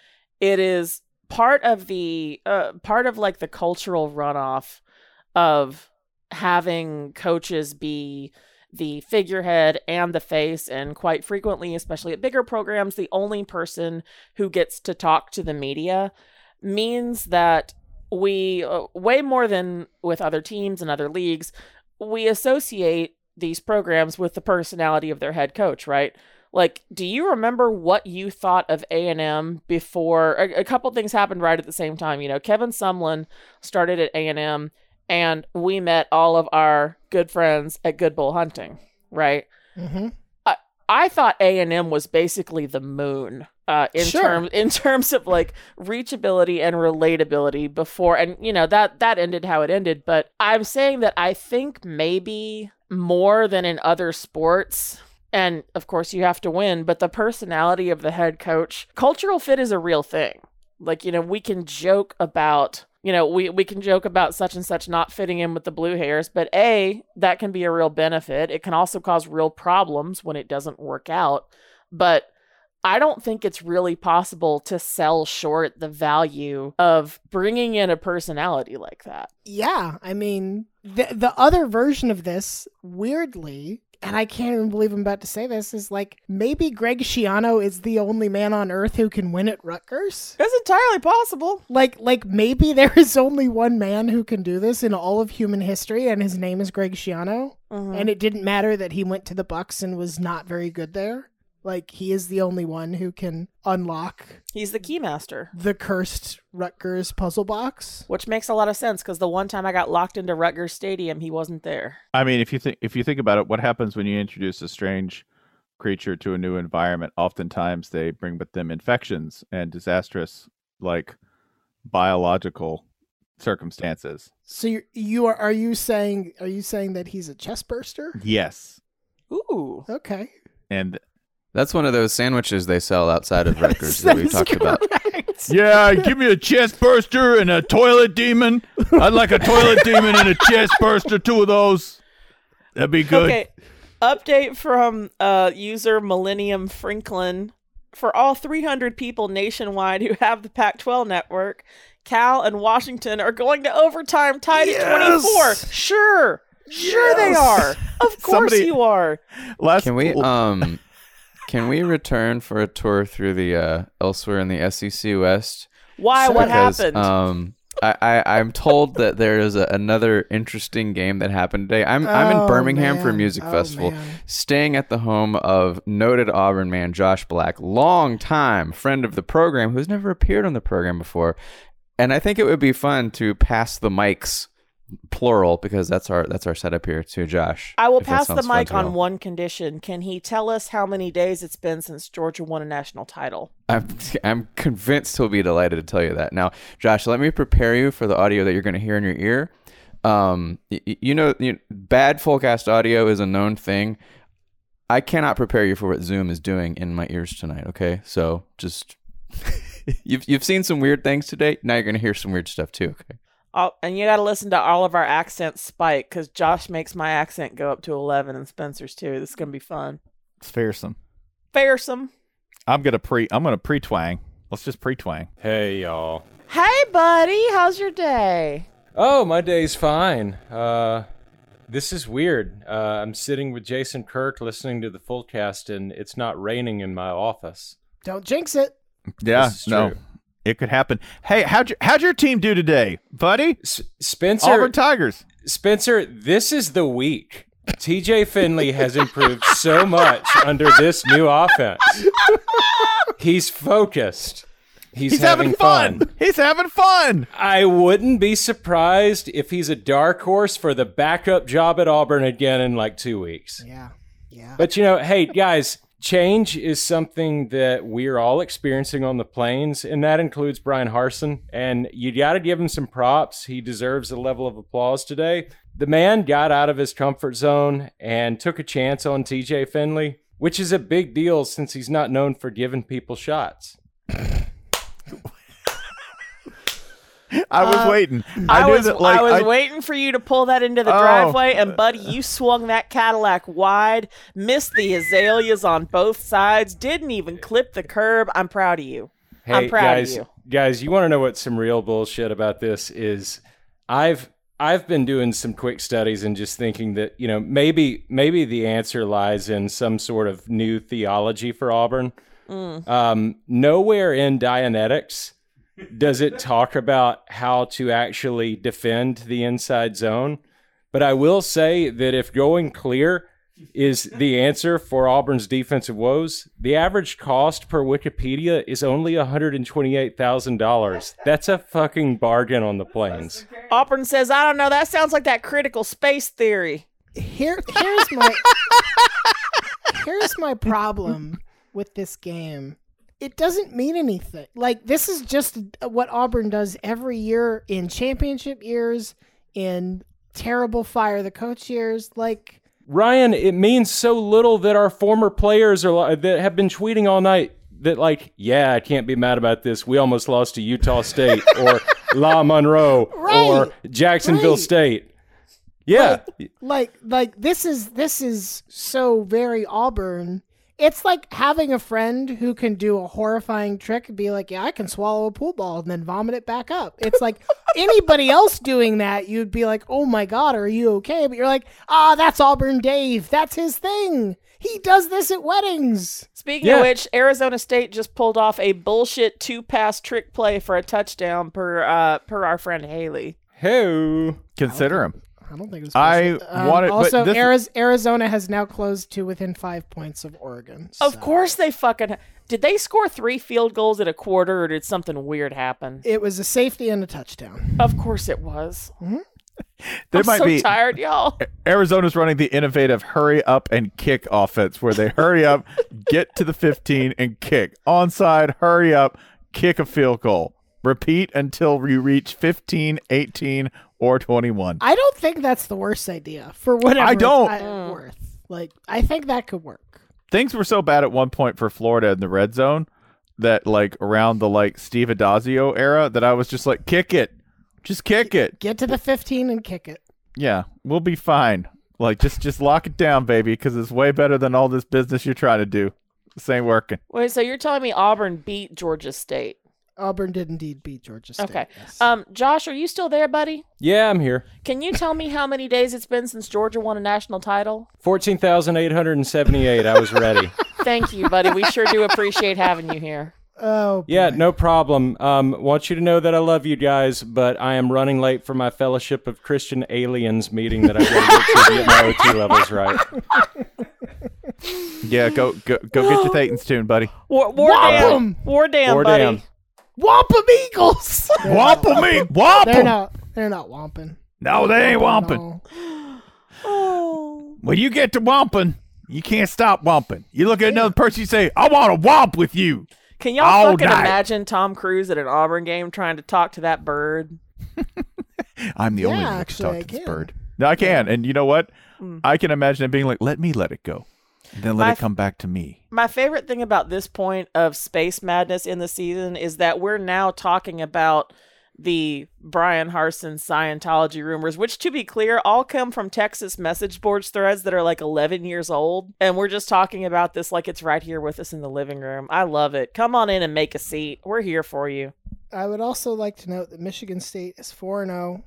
C: It is part of the, uh, part of like the cultural runoff of having coaches be the figurehead and the face and quite frequently especially at bigger programs the only person who gets to talk to the media means that we uh, way more than with other teams and other leagues we associate these programs with the personality of their head coach right like do you remember what you thought of a&m before a, a couple things happened right at the same time you know kevin sumlin started at a&m and we met all of our good friends at good bull hunting right
B: Mm-hmm.
C: I thought A and M was basically the moon uh, in
B: Sure.
C: terms in terms of like reachability and relatability before, and you know that that ended how it ended. But I'm saying that I think maybe more than in other sports. And of course, you have to win, but the personality of the head coach, cultural fit is a real thing. Like, you know, we can joke about, you know, we, we can joke about such and such not fitting in with the blue hairs, but A, that can be a real benefit. It can also cause real problems when it doesn't work out. But I don't think it's really possible to sell short the value of bringing in a personality like that.
B: Yeah, I mean the the other version of this, weirdly, and I can't even believe I'm about to say this, is like maybe Greg Schiano is the only man on earth who can win at Rutgers.
C: That's entirely possible.
B: Like like maybe there is only one man who can do this in all of human history, and his name is Greg Schiano.
C: Hmm.
B: And it didn't matter that he went to the Bucks and was not very good there. Like he is the only one who can unlock
C: He's the keymaster.
B: the cursed Rutgers puzzle box.
C: Which makes a lot of sense because the one time I got locked into Rutgers Stadium, he wasn't there.
A: I mean, if you think if you think about it, what happens when you introduce a strange creature to a new environment? Oftentimes, they bring with them infections and disastrous, like biological circumstances.
B: So you you are are you saying are you saying that he's a chest burster?
A: Yes,
C: Ooh.
B: Okay.
A: and
D: That's one of those sandwiches they sell outside of Rutgers that we've talked about.
B: correct.
A: yeah, give me a chest burster and a toilet demon. I'd like a toilet demon and a chest burster, two of those. That'd be good.
C: Okay. Update from uh, user Millennium Franklin. For all 300 people nationwide who have the Pac 12 network, Cal and Washington are going to overtime tied at 24. Sure. Sure they are. Of course
A: Somebody-
C: you are.
A: Last
D: Can we
A: l-
D: um can we return for a tour through the uh elsewhere in the SEC West?
C: Why?
B: Sure.
C: what
D: Because,
C: happened?
D: Um I, I I'm told that there is a, another interesting game that happened today. I'm I'm in
B: Oh,
D: Birmingham for a
B: man.
D: music
B: Oh,
D: festival,
B: man.
D: staying at the home of noted Auburn man Josh Black, long time friend of the program who's never appeared on the program before, and I think it would be fun to pass the mics, plural, because that's our that's our setup here to Josh.
C: I will
D: if that
C: pass the
D: sounds fun
C: mic
D: to
C: on
D: y'all.
C: one condition. Can he tell us how many days it's been since Georgia won a national title?
D: I'm, I'm convinced he'll be delighted to tell you that. Now, Josh, let me prepare you for the audio that you're going to hear in your ear. Um, y- y- you know, you, bad forecast audio is a known thing. I cannot prepare you for what Zoom is doing in my ears tonight. Okay, so just you've you've seen some weird things today. Now you're going to hear some weird stuff too. Okay.
C: All, and you got to listen to all of our accents spike because Josh makes my accent go up to 11 and Spencer's too. This is going to be fun.
A: It's fearsome.
C: Fearsome.
A: I'm gonna pre. I'm gonna pre twang. Let's just pre twang.
E: Hey, y'all.
C: Hey, buddy. How's your day?
E: Oh, my day's fine. Uh, this is weird. Uh, I'm sitting with Jason Kirk listening to the full cast, and it's not raining in my office.
B: Don't jinx it.
A: Yeah,
E: This is
A: no,
E: true.
A: it could happen. Hey, how'd your, how'd your team do today, buddy?
E: S- Spencer,
A: Auburn Tigers.
E: Spencer, this is the week. TJ Finley has improved so much under this new offense. He's focused. He's,
A: He's having, fun. He's having fun.
E: I wouldn't be surprised if he's a dark horse for the backup job at Auburn again in like two weeks.
B: Yeah. Yeah.
E: But you know, hey guys, change is something that we're all experiencing on the plains, and that includes Brian Harson. And you got to give him some props. He deserves a level of applause today. The man got out of his comfort zone and took a chance on TJ Finley, which is a big deal since he's not known for giving people shots.
A: I was waiting. I, knew
C: was,
A: that. Like,
C: Uh, I was waiting for you to pull that into the
A: Oh.
C: driveway, and buddy, you swung that Cadillac wide, missed the azaleas on both sides, didn't even clip the curb. I'm proud of you.
E: Hey
C: I'm proud
E: guys,
C: of you.
E: guys, you want to know what some real bullshit about this is? I've I've been doing some quick studies and just thinking that you know maybe maybe the answer lies in some sort of new theology for Auburn.
C: Mm.
E: Um, nowhere in Dianetics does it talk about how to actually defend the inside zone. But I will say that if going clear is the answer for Auburn's defensive woes, the average cost per Wikipedia is only $128,000. That's a fucking bargain on the plains.
C: Auburn says, I don't know. That sounds like that critical space theory.
B: Here here's my Here's my problem with this game. It doesn't mean anything. Like this is just what Auburn does every year in championship years, in terrible fire the coach years. Like
E: Ryan, it means so little that our former players are li- that have been tweeting all night that like, yeah, I can't be mad about this. We almost lost to Utah State or La Monroe
B: Right,
E: or Jacksonville
B: right.
E: State. Yeah.
B: like like this is this is so very Auburn. It's like having a friend who can do a horrifying trick and be like, "Yeah, I can swallow a pool ball and then vomit it back up." It's like anybody else doing that, you'd be like, "Oh my god, are you okay?" But you're like, "Ah, that's Auburn Dave. That's his thing. He does this at weddings."
C: Speaking
E: Yeah.
C: of which, Arizona State just pulled off a bullshit two pass trick play for a touchdown per uh, per our friend Haley.
E: Hey.
A: consider him.
B: I don't think it was.
A: I
B: bullshit. um,
A: wanted- but
B: also
A: this-
B: Ariz- Arizona has now closed to within five points of Oregon.
C: Of
B: so-
C: course they fucking did they score three field goals at a quarter or did something weird happen?
B: it was a safety and a touchdown.
C: Of course it was.
A: There
C: I'm
A: might
C: so
A: be
C: tired, y'all.
A: Arizona's running the innovative hurry up and kick offense, where they hurry up, get to the 15, and kick onside. Hurry up, kick a field goal. Repeat until you reach 15, 18, or 21.
B: I don't think that's the worst idea for whatever
A: I don't.
B: it's uh, worth. Like I think that could work.
A: things were so bad at one point for Florida in the red zone that like around the like Steve Adazio era that I was just like kick it, just kick it.
B: Get to the 15 and kick it.
A: Yeah, we'll be fine. Like just just lock it down, baby, because it's way better than all this business you're trying to do. This ain't working.
C: Wait, so you're telling me Auburn beat Georgia State?
B: Auburn did indeed beat Georgia State.
C: Okay.
B: yes.
C: Um, Josh, are you still there, buddy?
E: Yeah, I'm here.
C: Can you tell me how many days it's been since Georgia won a national title?
E: 14,878. I was ready.
C: Thank you, buddy. We sure do appreciate having you here.
B: Oh,
E: Yeah,
B: boy.
E: no problem. Um, want you to know that I love you guys, but I am running late for my Fellowship of Christian Aliens meeting that I've got to get to to get my OT levels right.
A: Yeah, go go go get your Thetans tuned, buddy.
C: War, war damn,
B: Wampum!
C: war damn,
E: War
C: buddy.
E: damn.
B: Wampum Eagles.
A: Wampa me,
B: They're
A: wampa.
B: not. They're not wamping.
A: No, they ain't wamping.
B: No.
C: Oh,
A: When you get to wamping, you can't stop wamping. You look at another person, you say, "I want to wamp with you."
C: can y'all
A: All
C: fucking
A: night.
C: imagine Tom Cruise at an Auburn game trying to talk to that bird?
A: I'm the only
B: Yeah,
A: one who
B: actually,
A: can
B: I
A: talk to this
B: can. Mm.
A: bird. No, I can, and you know what? I can imagine it being like, "Let me let it go, and then let
C: My
A: it
C: f-
A: come back to me."
C: My favorite thing about this point of space madness in the season is that we're now talking about the Brian Harson Scientology rumors, which, to be clear, all come from Texas message boards threads that are like 11 years old. And we're just talking about this like it's right here with us in the living room. I love it. Come on in and make a seat. We're here for you.
B: I would also like to note that Michigan State is 4 0,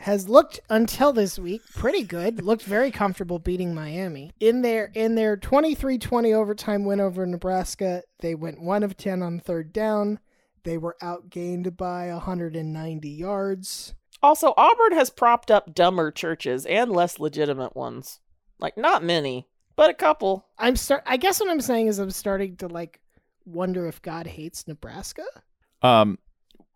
B: has looked until this week pretty good, looked very comfortable beating Miami. In their in their 23-20 overtime win over Nebraska, they went 1 of 10 on third down. They were outgained by 190 yards.
C: Also, Auburn has propped up dumber churches and less legitimate ones. Like, not many, but a couple.
B: I'm start I guess what I'm saying is I'm starting to like wonder if God hates Nebraska.
A: Um,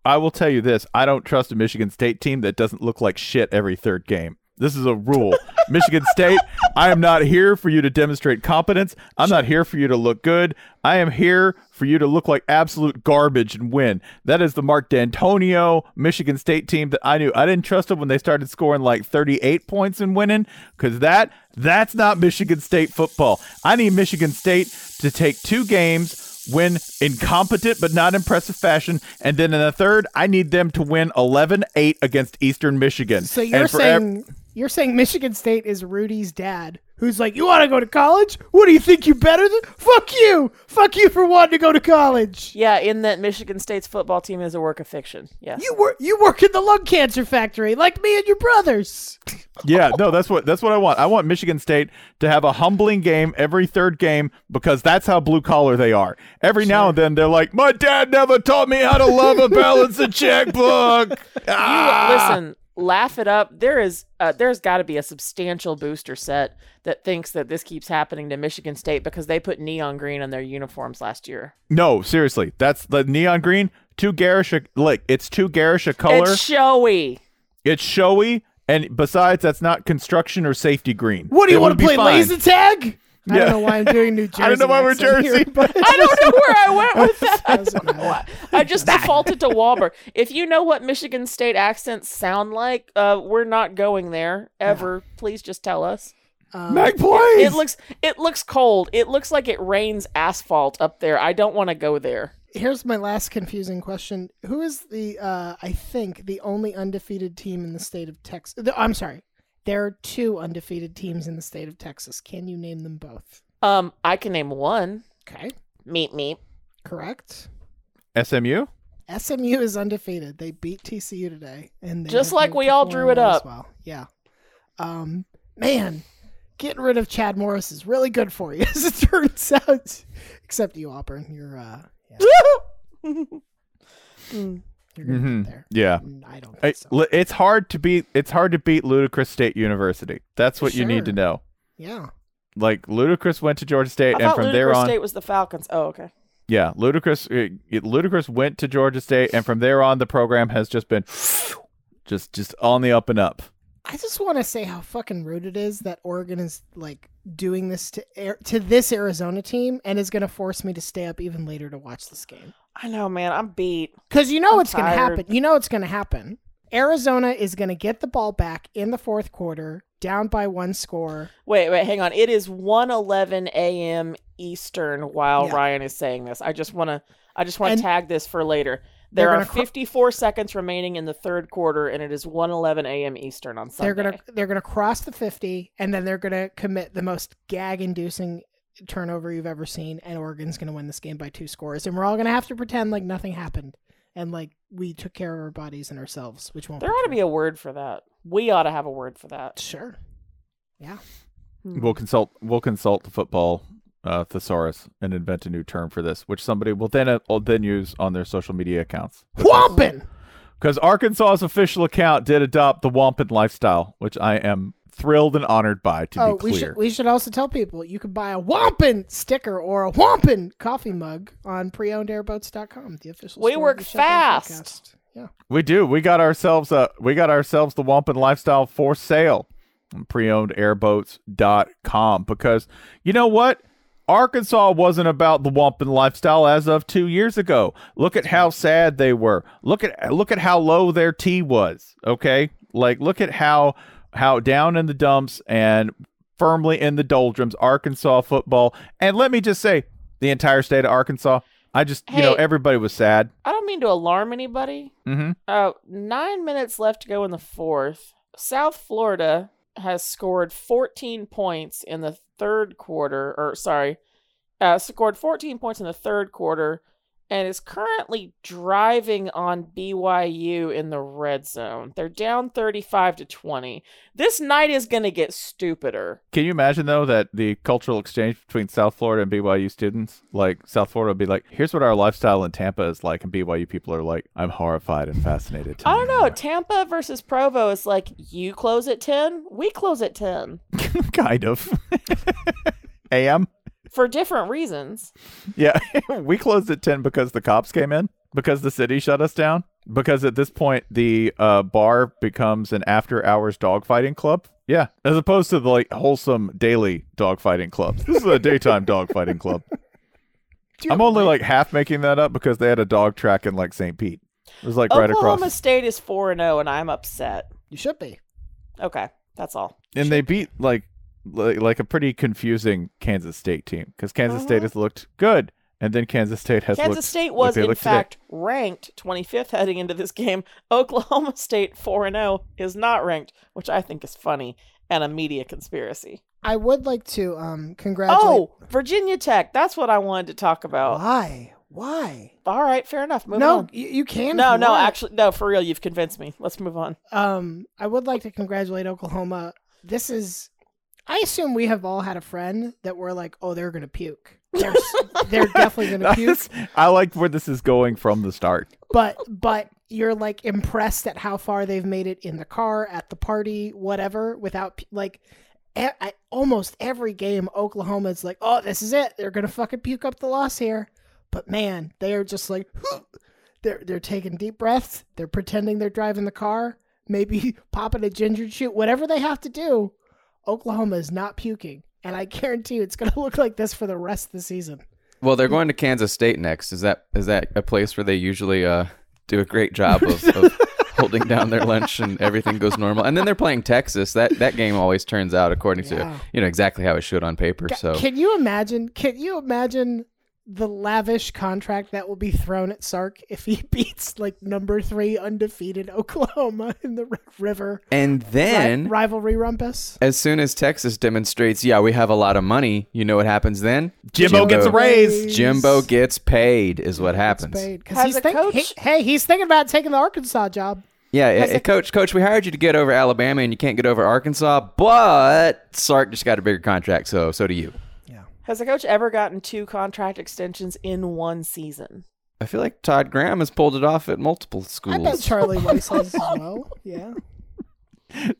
A: I will tell you this: I don't trust a Michigan State team that doesn't look like shit every third game. This is a rule. Michigan State, I am not here for you to demonstrate competence. I'm not here for you to look good. I am here for you to look like absolute garbage and win. That is the Mark D'Antonio Michigan State team that I knew. I didn't trust them when they started scoring like 38 points and winning because that that's not Michigan State football. I need Michigan State to take two games win in competent but not impressive fashion. And then in the third, I need them to win 11 8 against Eastern Michigan.
B: So
A: And
B: you're
A: for ev-
B: saying you're saying Michigan State is Rudy's dad, who's like, "You want to go to college? What do you think you're better than? Fuck you! Fuck you for wanting to go to college.
C: Yeah, in that Michigan State's football team is a work of fiction. Yes.
B: You work you work in the lung cancer factory like me and your brothers."
A: yeah, no, that's what that's what I want. I want Michigan State to have a humbling game every third game because that's how blue collar they are. Every now and then they're like, "My dad never taught me how to love a balance a checkbook."
C: you
A: Ah!
C: listen laugh it up there is uh, there's got to be a substantial booster set that thinks that this keeps happening to michigan state because they put neon green on their uniforms last year
A: No, seriously, that's the neon green. Too garish, a, like it's too garish a color.
C: it's showy
A: It's showy, and besides, that's not construction or safety green.
B: What do you
A: It
B: want
A: would
B: to
A: be
B: play
A: fine.
B: laser tag? I
A: Yeah.
B: don't know why I'm doing New Jersey.
A: I don't know why we're
B: accent here,
A: Jersey.
B: but
C: i don't know where i went with that
B: Doesn't matter.
C: i just defaulted to Walbert. if you know what michigan state accents sound like uh, we're not going there ever please just tell us
B: Um,
C: it looks it looks cold it looks like it rains asphalt up there i don't want to go there
B: here's my last confusing question who is the uh i think the only undefeated team in the state of texas i'm sorry there are two undefeated teams in the state of texas can you name them both
C: um i can name one
B: okay
C: meet me
B: correct
A: SMU.
B: smu is undefeated they beat tcu today and they
C: Just
B: have
C: like
B: moved
C: we
B: to
C: all
B: 4-0
C: drew it
B: as
C: up.
B: well yeah um man getting rid of chad morris is really good for you as it turns out except you auburn you're uh yeah, Mm. you're gonna
A: Mhm.
B: get there Um,
A: Yeah.
B: i don't think
A: It-
B: so.
A: li- It's hard to beat. It's hard to beat Ludacris State University. That's what you need to
B: Sure.
A: know.
B: yeah
A: Like Ludacris went to Georgia State,
C: I
A: and
C: thought
A: from
C: Ludicrous
A: there on,
C: State was the Falcons. Oh, okay.
A: yeah, Ludacris uh, Ludacris went to Georgia State, and from there on, the program has just been just just on the up and up.
B: I just want to say how fucking rude it is that Oregon is like doing this to Air- to this Arizona team and is going to force me to stay up even later to watch this game.
C: I know, man. I'm beat.
B: Cuz you know
C: I'm
B: what's going to
C: tired.
B: happen. You know what's going to happen. Arizona is going to get the ball back in the fourth quarter, down by one score.
C: Wait, wait, hang on. It is 1:11 a.m. Eastern while
B: Yeah.
C: Ryan is saying this. I just want to I just want
B: And-
C: to tag this for later.
B: They're
C: There are
B: gonna cr-
C: 54 seconds remaining in the third quarter and it is 1:11 a.m. Eastern on Sunday.
B: They're going to they're going to cross the 50 and then they're going to commit the most gag-inducing turnover you've ever seen and Oregon's going to win this game by two scores and we're all going to have to pretend like nothing happened and like we took care of our bodies and ourselves, which won't
C: There ought to be a word for that. We ought to have a word for that.
B: Sure. Hmm.
A: We'll consult. We'll consult the football uh, thesaurus and invent a new term for this, which somebody will then uh, will then use on their social media accounts.
B: Whomping!
A: Because Arkansas's official account did adopt the wampin lifestyle, which I am thrilled and honored by. To
B: Oh,
A: be
B: we
A: clear,
B: should we should also tell people you can buy a Wampin sticker or a Wampin coffee mug on preownedairboats.com, the official.
C: We
B: store of
C: work
B: the Shotgun
C: fast.
B: Podcast. Yeah.
A: We do. We got ourselves a we got ourselves the Wampin lifestyle for sale on preownedairboats.com because you know what? Arkansas wasn't about the Wampin lifestyle as of two years ago. Look at how sad they were. Look at look at how low their T was. Okay. Like look at how how down in the dumps and firmly in the doldrums, Arkansas football. And let me just say, the entire state of Arkansas. I just you know,
C: Hey.
A: everybody was sad.
C: I don't mean to alarm anybody.
A: Mm-hmm.
C: Uh, nine minutes left to go in the fourth. South Florida has scored 14 points in the third quarter, or sorry, uh, scored 14 points in the third quarter and is currently driving on BYU in the red zone. They're down 35 to 20. This night is going to get stupider.
A: Can you imagine though that the cultural exchange between South Florida and BYU students, like South Florida would be like, here's what our lifestyle in Tampa is like, and BYU people are like, I'm horrified and fascinated.
C: I don't know. Tampa versus Provo is like, you close at 10, we close at 10
A: know. kind of. Am
C: for different reasons.
A: yeah, we closed at ten because the cops came in because the city shut us down because at this point the uh, bar becomes an after hours dogfighting club. Yeah, as opposed to the like wholesome daily dogfighting club. This is a daytime dogfighting club.
B: Do you
A: I'm
B: have a
A: only
B: mic?
A: like half making that up because they had a dog track in like St. Pete. It was like right
C: Oklahoma
A: across,
C: State is 4 and 0 and I'm upset.
B: you should be.
C: Okay, that's all.
A: and they beat like like, like a pretty confusing Kansas State team because Kansas State
C: Mhm.
A: has looked good, and then Kansas State has
C: Kansas
A: looked
C: State
A: like
C: was
A: they
C: in
A: looked today.
C: fact ranked 25th heading into this game. Oklahoma State 4 and 0 is not ranked, which I think is funny and a media conspiracy.
B: I would like to um congratulate.
C: Oh, Virginia Tech. That's what I wanted to talk about.
B: why? Why?
C: All right, fair enough. Move
B: no,
C: on.
B: you, you can. if
C: No,
B: you
C: no,
B: want.
C: actually no, for real, you've convinced me. Let's move on.
B: Um, I would like to congratulate Oklahoma. This is, I assume we have all had a friend that we're like, oh, they're gonna puke. They're, s- they're definitely gonna puke.
A: That's- I like where this is going from the start.
B: But but you're like impressed at how far they've made it in the car, at the party, whatever, without pu- like. e- I, almost every game, Oklahoma's like, "Oh, this is it. They're gonna fucking puke up the loss here." But man, they are just like, they're they're taking deep breaths. They're pretending they're driving the car, maybe popping a ginger shoot, whatever they have to do. Oklahoma is not puking, and I guarantee you, it's going to look like this for the rest of the season.
D: Well, they're going to Kansas State next. Is that is that a place where they usually uh, do a great job of, of holding down their lunch and everything goes normal? And then they're playing Texas. That that game always turns out according
B: Yeah.
D: to you know exactly how it should on paper.
B: Ca-
D: So
B: Can you imagine? Can you imagine the lavish contract that will be thrown at Sark if he beats like number three undefeated Oklahoma in the Red River
D: and
B: ri-
D: then
B: rivalry rumpus?
D: as soon as Texas demonstrates, yeah, we have a lot of money. You know what happens then?
A: Jimbo gets a raise.
B: Raise.
D: Jimbo gets paid is what happens.
B: Because
C: Has
B: he's
C: the
B: think-
C: coach-
B: he- hey, he's thinking about taking the Arkansas job.
D: Yeah, eh, eh, coach, coach, we hired you to get over Alabama and you can't get over Arkansas, but Sark just got a bigger contract, so so do you.
C: Has a coach ever gotten two contract extensions in one season?
D: I feel like Todd Graham has pulled it off at multiple schools.
B: I bet Charlie Weiss has as well. Yeah.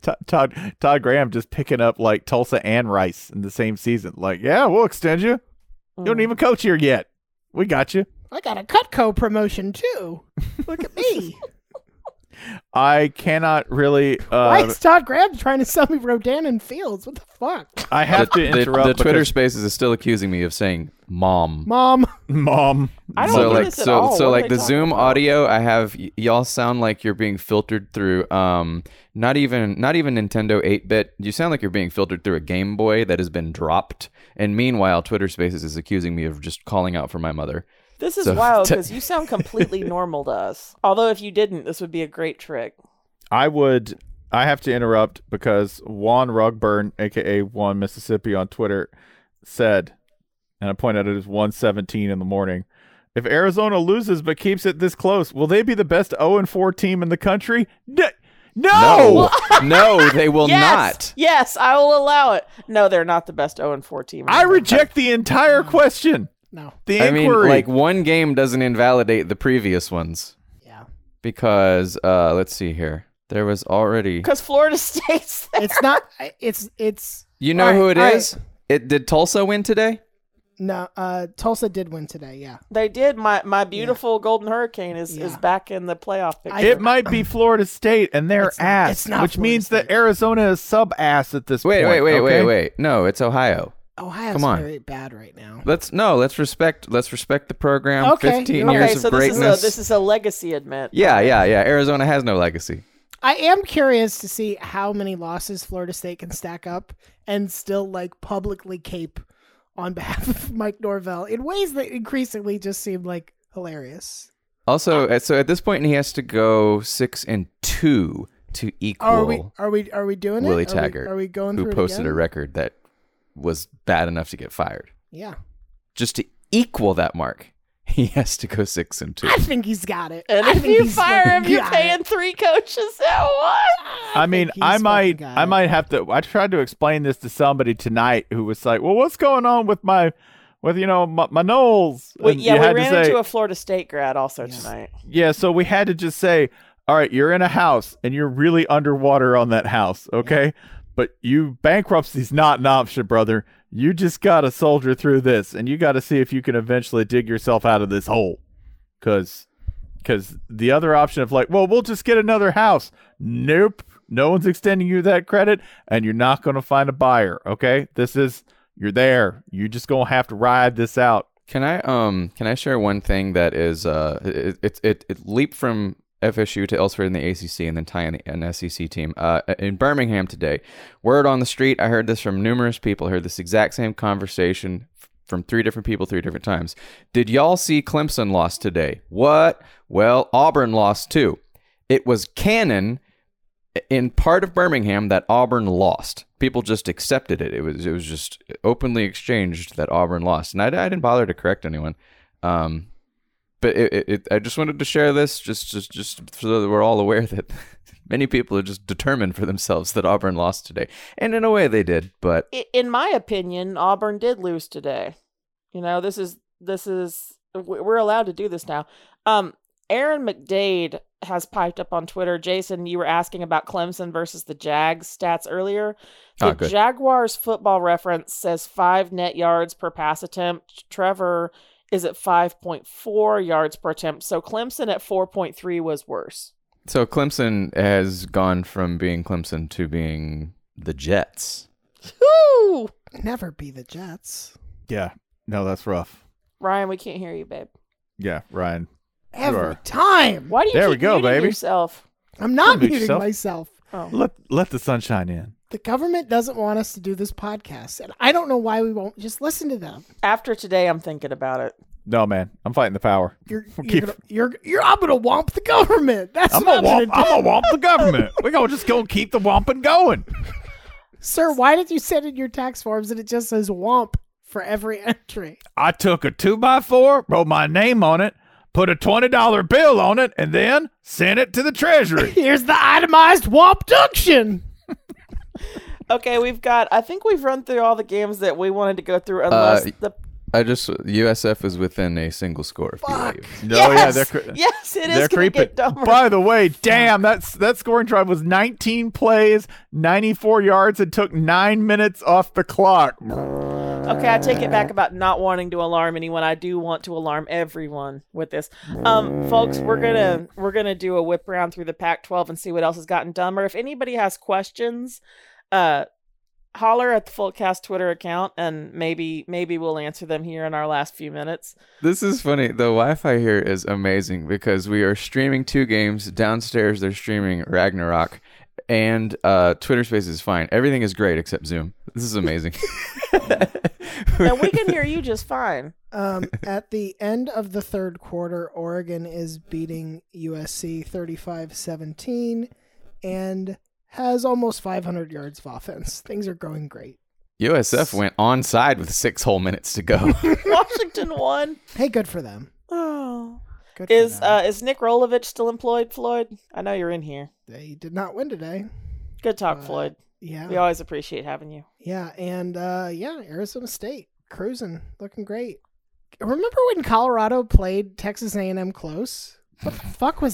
A: Todd- Todd Todd Graham just picking up like Tulsa and Rice in the same season. Like, yeah, we'll extend you. You
C: Mm.
A: don't even coach here yet. We got you.
B: I got a Cutco promotion too. Look at me.
A: I cannot really.
B: Why
A: Uh,
B: is Todd Graham trying to sell me Rodan and Fields? What the fuck?
A: I have to
D: the, the-
A: interrupt
D: the Twitter
A: because-
D: Spaces is still accusing me of saying mom.
B: Mom,
A: mom.
C: I don't
D: so
C: do
D: like
C: this at
D: so
C: all. What
D: so
C: are
D: like
C: they
D: the
C: talking
D: Zoom
C: about?
D: audio I have y- y'all sound like you're being filtered through um not even not even Nintendo 8-bit. You sound like you're being filtered through a Game Boy that has been dropped. And meanwhile, Twitter Spaces is accusing me of just calling out for my mother.
C: This is
D: So-
C: wild because you sound completely normal to us. Although if you didn't, this would be a great trick.
A: I would. I have to interrupt because Juan Rugburn, aka Juan Mississippi, on Twitter said, and I point out it is 117 in the morning. If oh Arizona loses but keeps it this close, will they be the best 0 4 team in the country? N- No.
D: no, they will
C: yes,
D: not.
C: yes, I will allow it. No, they're not the best 0 and 4 team. in
A: I
C: the
A: reject the entire question.
B: No.
A: The
D: I
A: inquiry.
D: mean, like one game doesn't invalidate the previous ones
B: Yeah.
D: because uh, let's see here. There was already.
C: Because Florida State's there.
B: It's not. I- It's it's
D: You know
B: All right,
D: who it
B: all right.
D: is? It did Tulsa win today?
B: no. Uh, Tulsa did win today. Yeah.
C: They did. My my beautiful Golden Hurricane is, is
B: Yeah.
C: back in the playoff picture.
B: I-
A: it might be Florida State and they're
B: It's not-
A: ass,
B: it's not
A: which
B: Florida
A: means that
B: State.
A: Arizona is sub ass at this
D: Wait,
A: point.
D: wait, wait,
A: okay?
D: wait, wait. No, it's Ohio.
B: Ohio's
D: Come on.
B: very bad right now.
D: Let's no, let's respect let's respect the program.
B: Okay,
D: Fifteen
B: you're
C: okay,
D: years
C: so
D: of greatness.
C: this is a this is a legacy admit.
D: yeah, yeah, yeah. Arizona has no legacy.
B: I am curious to see how many losses Florida State can stack up and still like publicly cape on behalf of Mike Norvell in ways that increasingly just seem like hilarious.
D: Also, uh, so at this point he has to go six and two to equal
B: Are we are we are we doing
D: Willie
B: it? Are we-
D: Taggart,
B: Are we, going
D: who
B: through it
D: posted
B: again?
D: a record that was bad enough to get fired.
B: Yeah.
D: Just to equal that mark, he has to go six and two.
B: I think he's got it.
C: And
B: I
C: if
B: think
C: you
B: he's
C: fire
B: fucking
C: him, you're
B: got
C: paying
B: it.
C: three coaches at once.
A: I mean,
B: think
A: I
B: he's
A: might,
B: fucking got
A: I
B: it.
A: might have to. I tried to explain this to somebody tonight who was like, "Well, what's going on with my, with you know, my, my Knowles?"
C: Wait,
A: And
C: yeah,
A: um, you
C: we
A: had to
C: ran
A: say,
C: into a Florida State grad also tonight.
A: Yeah, so we had to just say, all right, you're in a house and you're really underwater on that house, okay? But you bankruptcy's not an option, brother. You just gotta soldier through this, and you gotta see if you can eventually dig yourself out of this hole, cause, cause the other option of like, well, we'll just get another house. Nope, no one's extending you that credit, and you're not gonna find a buyer. Okay, this is you're there. You're just gonna have to ride this out.
D: Can I um can I share one thing that is uh it it it, it leaped from FSU to elsewhere in the ACC and then tie in the an SEC team uh in Birmingham today. Word on the street, I heard this from numerous people. I heard this exact same conversation f- from three different people three different times. Did y'all see Clemson lost today? What? Well, Auburn lost too. It was canon in part of Birmingham that Auburn lost. People just accepted it. It was it was just openly exchanged that Auburn lost, and I, I didn't bother to correct anyone. Um, but it, it, it, I just wanted to share this, just just just so that we're all aware that many people are just determined for themselves that Auburn lost today, and in a way they did. But
C: I- In my opinion, Auburn did lose today. You know, this is this is we- we're allowed to do this now. Um, Aaron McDade has piped up on Twitter. Jason, you were asking about Clemson versus the Jags stats earlier. The
D: Ah, good.
C: Jaguars football reference says five net yards per pass attempt. Trevor is at five point four yards per attempt. So Clemson at four point three was worse.
D: so Clemson has gone from being Clemson to being the Jets.
C: Woo!
B: Never be the Jets.
A: Yeah, no, that's rough.
C: Ryan, we can't hear you, babe.
A: Yeah, Ryan.
B: Every
A: are.
B: time.
C: Why do you
A: There we
C: keep
A: go,
C: muting
A: baby.
C: yourself?
B: I'm not
A: Don't mute
B: muting
A: yourself.
B: myself.
C: Oh.
A: Let let the sunshine in.
B: The government doesn't want us to do this podcast, and I don't know why we won't just listen to them.
C: After today, I'm thinking about it.
A: No, man, I'm fighting the power.
B: You're
A: We'll
B: you're,
A: keep-
B: gonna, you're you're I'm gonna womp the government. That's
A: I'm
B: what
A: gonna
B: I'm
A: womp.
B: gonna do.
A: I'm gonna womp the government. We're gonna just gonna keep the womping going.
B: Sir, why did you send in your tax forms and it just says womp for every entry?
A: I took a two by four, wrote my name on it, put a twenty dollar bill on it, and then sent it to the treasury.
B: Here's the itemized womp duction.
C: Okay, we've got. I think we've run through all the games that we wanted to go through, unless
D: Uh,
C: the
D: I just USF is within a single score of BYU.
A: no,
C: yes,
A: Oh, cre-
C: yes, it
A: they're
C: is going to
A: creeping.
C: get dumber.
A: By the way, damn, that's that scoring drive was 19 plays, 94 yards, and took nine minutes off the clock.
C: Okay, I take it back about not wanting to alarm anyone. I do want to alarm everyone with this. Um, folks, we're gonna we're gonna do a whip round through the Pac-12 and see what else has gotten dumber. If anybody has questions, uh, holler at the Fullcast Twitter account, and maybe maybe we'll answer them here in our last few minutes.
D: This is funny. The Wi-Fi here is amazing because we are streaming two games downstairs. They're streaming Ragnarok, and uh, Twitter Space is fine. Everything is great except Zoom. This is amazing.
C: And we can hear you just fine.
B: Um, at the end of the third quarter, Oregon is beating USC 35 17 and has almost 500 yards of offense. Things are going great.
D: USF went onside with six whole minutes to go.
C: Washington won.
B: Hey, good for them.
C: Oh.
B: Good for
C: Is
B: them.
C: uh is Nick Rolovich still employed, Floyd? I know you're in here.
B: they did not win today.
C: Good talk,
B: Uh,
C: Floyd.
B: Yeah,
C: We always appreciate having you.
B: yeah, and uh, yeah, Arizona State cruising, looking great. Remember when Colorado played Texas A&M close? What the fuck was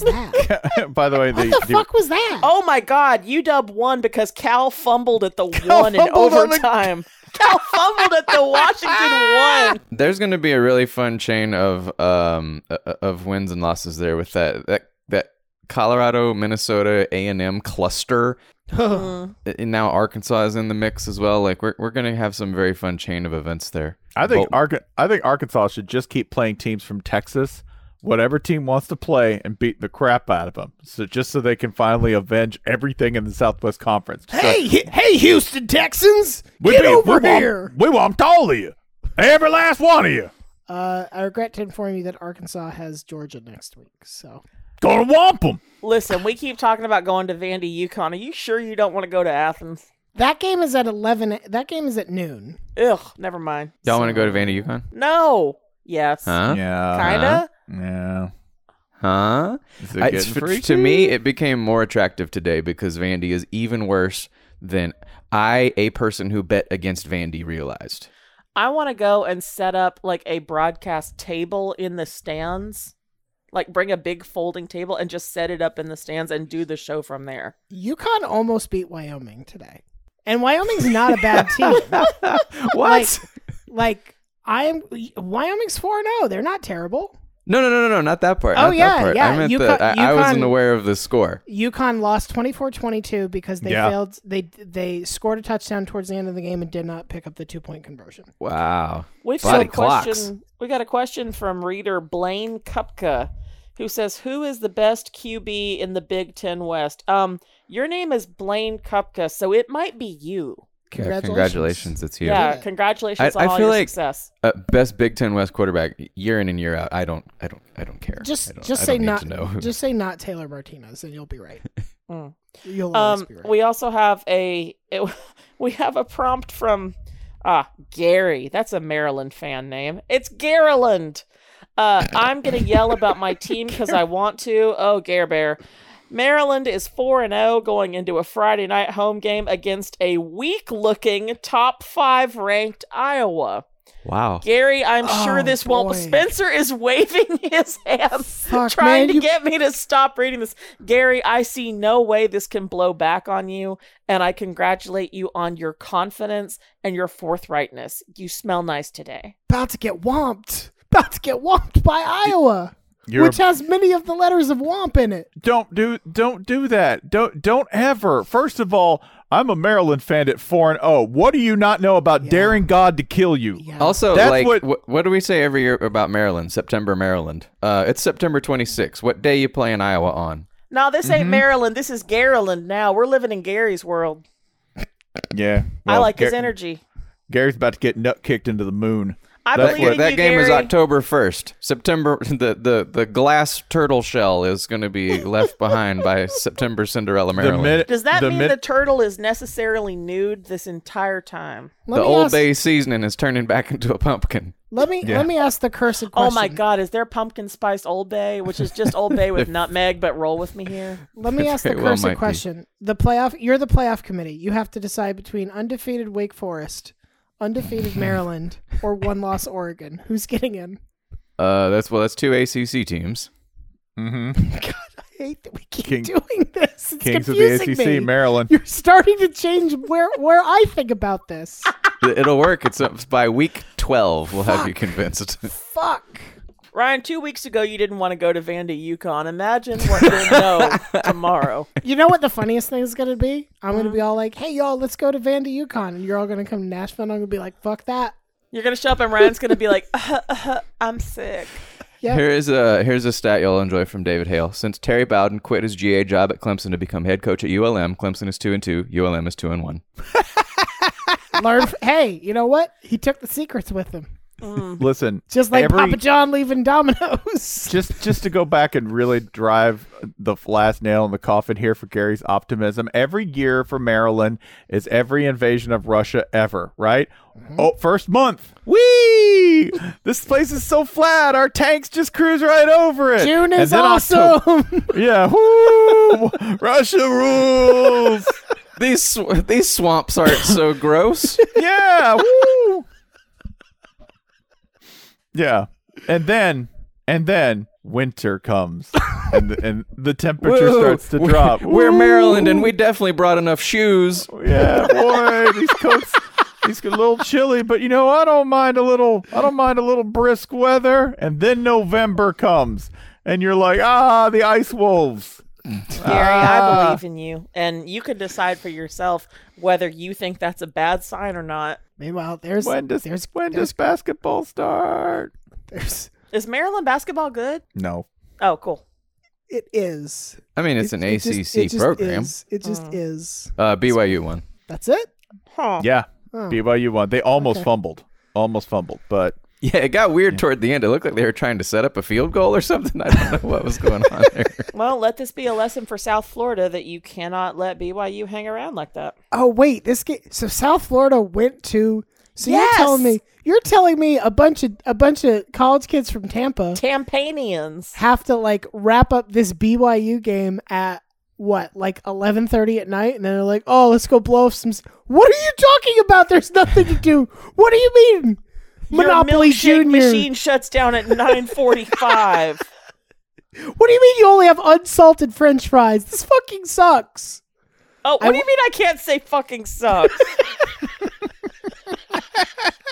B: that?
A: By the way,
B: What
A: the,
B: the fuck was that?
C: Oh my God! UW won because Cal fumbled at the
A: Cal
C: one in
A: fumbled on the-
C: overtime. Cal fumbled at the Washington one.
D: There's going to be a really fun chain of um uh, uh, of wins and losses there with that that that Colorado, Minnesota, A and M cluster. And now Arkansas is in the mix as well. Like we're we're going to have some very fun chain of events there.
A: I think
D: But-
A: Arca- I think Arkansas should just keep playing teams from Texas, whatever team wants to play, and beat the crap out of them. So just so they can finally avenge everything in the Southwest Conference. Just like,
B: Hey, he- hey, Houston Texans,
A: we
B: get
A: beat-
B: over
A: we
B: here!
A: Want, we want all of you, every last one of you.
B: Uh, I regret to inform you that Arkansas has Georgia next week. So
A: Gonna womp them.
C: Listen, we keep talking about going to Vandy, Yukon. Are you sure you don't want to go to Athens?
B: that game is at eleven. That game is at noon.
C: Ugh, never mind.
D: Y'all want to go to Vandy, UConn?
C: No. Yes.
D: Huh?
A: Yeah,
C: Kinda.
A: yeah.
D: Huh?
A: Is it
D: I-
A: getting
D: f-
A: freaky?
D: to me, it became more attractive today because Vandy is even worse than I, a person who bet against Vandy, realized.
C: I want to go and set up like a broadcast table in the stands, like bring a big folding table and just set it up in the stands and do the show from there.
B: UConn almost beat Wyoming today, and Wyoming's not a bad team.
D: what?
B: like I am, Wyoming's four zero. They're not terrible.
D: No, no, no, no, no, not that part.
B: Oh,
D: not that
B: yeah,
D: part.
B: yeah,
D: I meant
B: UConn-
D: the, I, I wasn't
B: UConn-
D: aware of the score.
B: UConn lost 24-22 because they
A: Yeah.
B: failed. They they scored a touchdown towards the end of the game and did not pick up the two point conversion.
D: Wow.
C: We've
D: Bloody
C: got a question.
D: clocks.
C: We got a question from reader Blaine Kupka, who says, "Who is the best QB in the Big Ten West?" Um, your name is Blaine Kupka, so it might be you.
D: Yeah,
B: Congratulations.
D: congratulations. It's you.
C: Yeah,
B: Yeah.
C: congratulations
D: I- I
C: on all
D: feel
C: your
D: like-
C: success.
D: Uh, best Big Ten West quarterback year in and year out. I don't, I don't, I don't care. I
B: Just
D: don't-
B: just
D: I
B: say
D: don't need
B: not
D: to know.
B: just say not Taylor Martinez and you'll be right.
C: Mm.
B: You'll always
C: Um,
B: be right.
C: we also have a it- we have a prompt from ah Gary. That's a Maryland fan name. It's Garyland. Uh, I'm gonna yell about my team because I want to. Oh, Gare Bear. Maryland is 4 and 0 going into a Friday night home game against a weak looking top 5 ranked Iowa.
D: wow.
C: Gary, I'm sure
B: Oh,
C: this won't.
B: boy.
C: Spencer is waving his hand
B: Fuck,
C: trying
B: man,
C: to
B: you-
C: get me to stop reading this. Gary, I see no way this can blow back on you, and I congratulate you on your confidence and your forthrightness. You smell nice today.
B: about to get womped. About to get womped by Iowa,
A: You're a
B: which has many of the letters of womp in it.
A: don't do don't do that. Don't don't ever. First of all, I'm a Maryland fan at four and oh. What do you not know about
B: Yeah.
A: daring God to kill you?
B: Yeah.
D: Also,
A: That's
D: like,
A: what-
D: what, what do we say every year about Maryland? September, Maryland. Uh, it's September 26. What day you playing Iowa on?
C: Now, this ain't Maryland. This is Garyland now. We're living in Gary's world.
A: Yeah,
C: I
A: well,
C: like his
A: Gar-
C: energy.
A: Gary's about to get nut kicked into the moon.
C: I
D: That,
C: believe in
D: that
C: you,
D: game
C: Gary.
D: is October 1st. September, the, the, the glass turtle shell is going to be left behind by September Cinderella, Maryland. The,
A: minute-
C: Does that
A: the
C: mean
A: min-
C: the turtle is necessarily nude this entire time?
B: Let me
D: Old
B: ask,
D: Bay seasoning is turning back into a pumpkin.
B: Let me
A: Yeah.
B: let me ask the cursed question.
C: Oh my God! Is there pumpkin spiced Old Bay, which is just Old Bay with nutmeg? But roll with me here.
B: Let me ask the
D: Very well
B: cursed
D: might be.
B: question. The playoff. You're the playoff committee. You have to decide between undefeated Wake Forest, undefeated Maryland, or one loss Oregon. Who's getting in?
D: Uh, that's well, that's two ACC teams.
A: Mhm.
B: God, I hate that we keep
A: King-
B: doing this. It's
A: Kings of the
B: confusing
A: ACC,
B: me.
A: Maryland.
B: You're starting to change where where I think about this.
D: It- It'll work. It's up by week 12. We'll have you convinced.
B: Fuck.
C: Ryan, two weeks ago you didn't want to go to Vandy, Yukon. Imagine what you'll know tomorrow.
B: You know what the funniest thing is going to be? I'm going to be all like, "Hey y'all, let's go to Vandy, Yukon," and you're all going to come to Nashville, and I'm going to be like, "Fuck that."
C: You're gonna show up and Ryan's gonna be like, uh, uh, "I'm sick."
D: Here is a here's a stat you'll enjoy from David Hale. Since Terry Bowden quit his GA job at Clemson to become head coach at ULM, Clemson is two and two. ULM is two and one.
B: Learn. f- hey, you know what? He took the secrets with him.
C: Mm.
A: Listen,
B: Just like
A: Every-
B: Papa John leaving Domino's.
A: just just to go back and really drive the last nail in the coffin here for Gary's optimism. Every year for Maryland is every invasion of Russia ever, right? Oh, first month. Whee! This place is so flat. Our tanks just cruise right over it.
B: June
A: And
B: is
A: then
B: awesome.
A: October- yeah. Woo! Russia rules.
D: These sw- these swamps aren't so gross.
A: Yeah. Woo! Yeah. And then and then winter comes and the, and the temperature
D: Whoa,
A: starts to
D: we're-
A: drop.
D: We're
A: Woo!
D: Maryland, and we definitely brought enough shoes.
A: Yeah, boy, these coats these get a little chilly, but you know, I don't mind a little I don't mind a little brisk weather and then November comes and you're like, "Ah, the ice wolves."
C: Gary, I
A: Ah.
C: believe in you, and you can decide for yourself whether you think that's a bad sign or not.
B: Meanwhile, there's
A: When does
B: there's
A: when
B: there's,
A: does basketball start?
B: there's
C: Is Maryland basketball good?
A: No.
C: Oh, cool.
B: it is.
D: I mean, it's
B: It-
D: an
B: it just-
D: ACC
B: it just
D: program.
B: is. It just
C: Mm.
B: is.
D: Uh, BYU won.
B: That's it.
C: Huh.
A: Yeah,
B: Oh.
A: BYU won. They almost
B: Okay.
A: fumbled. Almost fumbled, but
D: Yeah, it got weird toward the end. It looked like they were trying to set up a field goal or something. I don't know what was going on there.
C: Well, let this be a lesson for South Florida that you cannot let BYU hang around like that.
B: Oh wait, this game. So South Florida went to. So
C: Yes!
B: you're telling me you're telling me a bunch of a bunch of college kids from Tampa
C: Tampanians.
B: have to like wrap up this BYU game at what like 11:30 at night and then they're like, "Oh, let's go blow up some s-" What are you talking about? There's nothing to do. What do you mean?
C: Your
B: Monopoly
C: milkshake
B: Junior.
C: machine shuts down at 9:45.
B: What do you mean you only have unsalted french fries? This fucking sucks.
C: Oh, what
B: I
C: do you mean I can't say fucking sucks?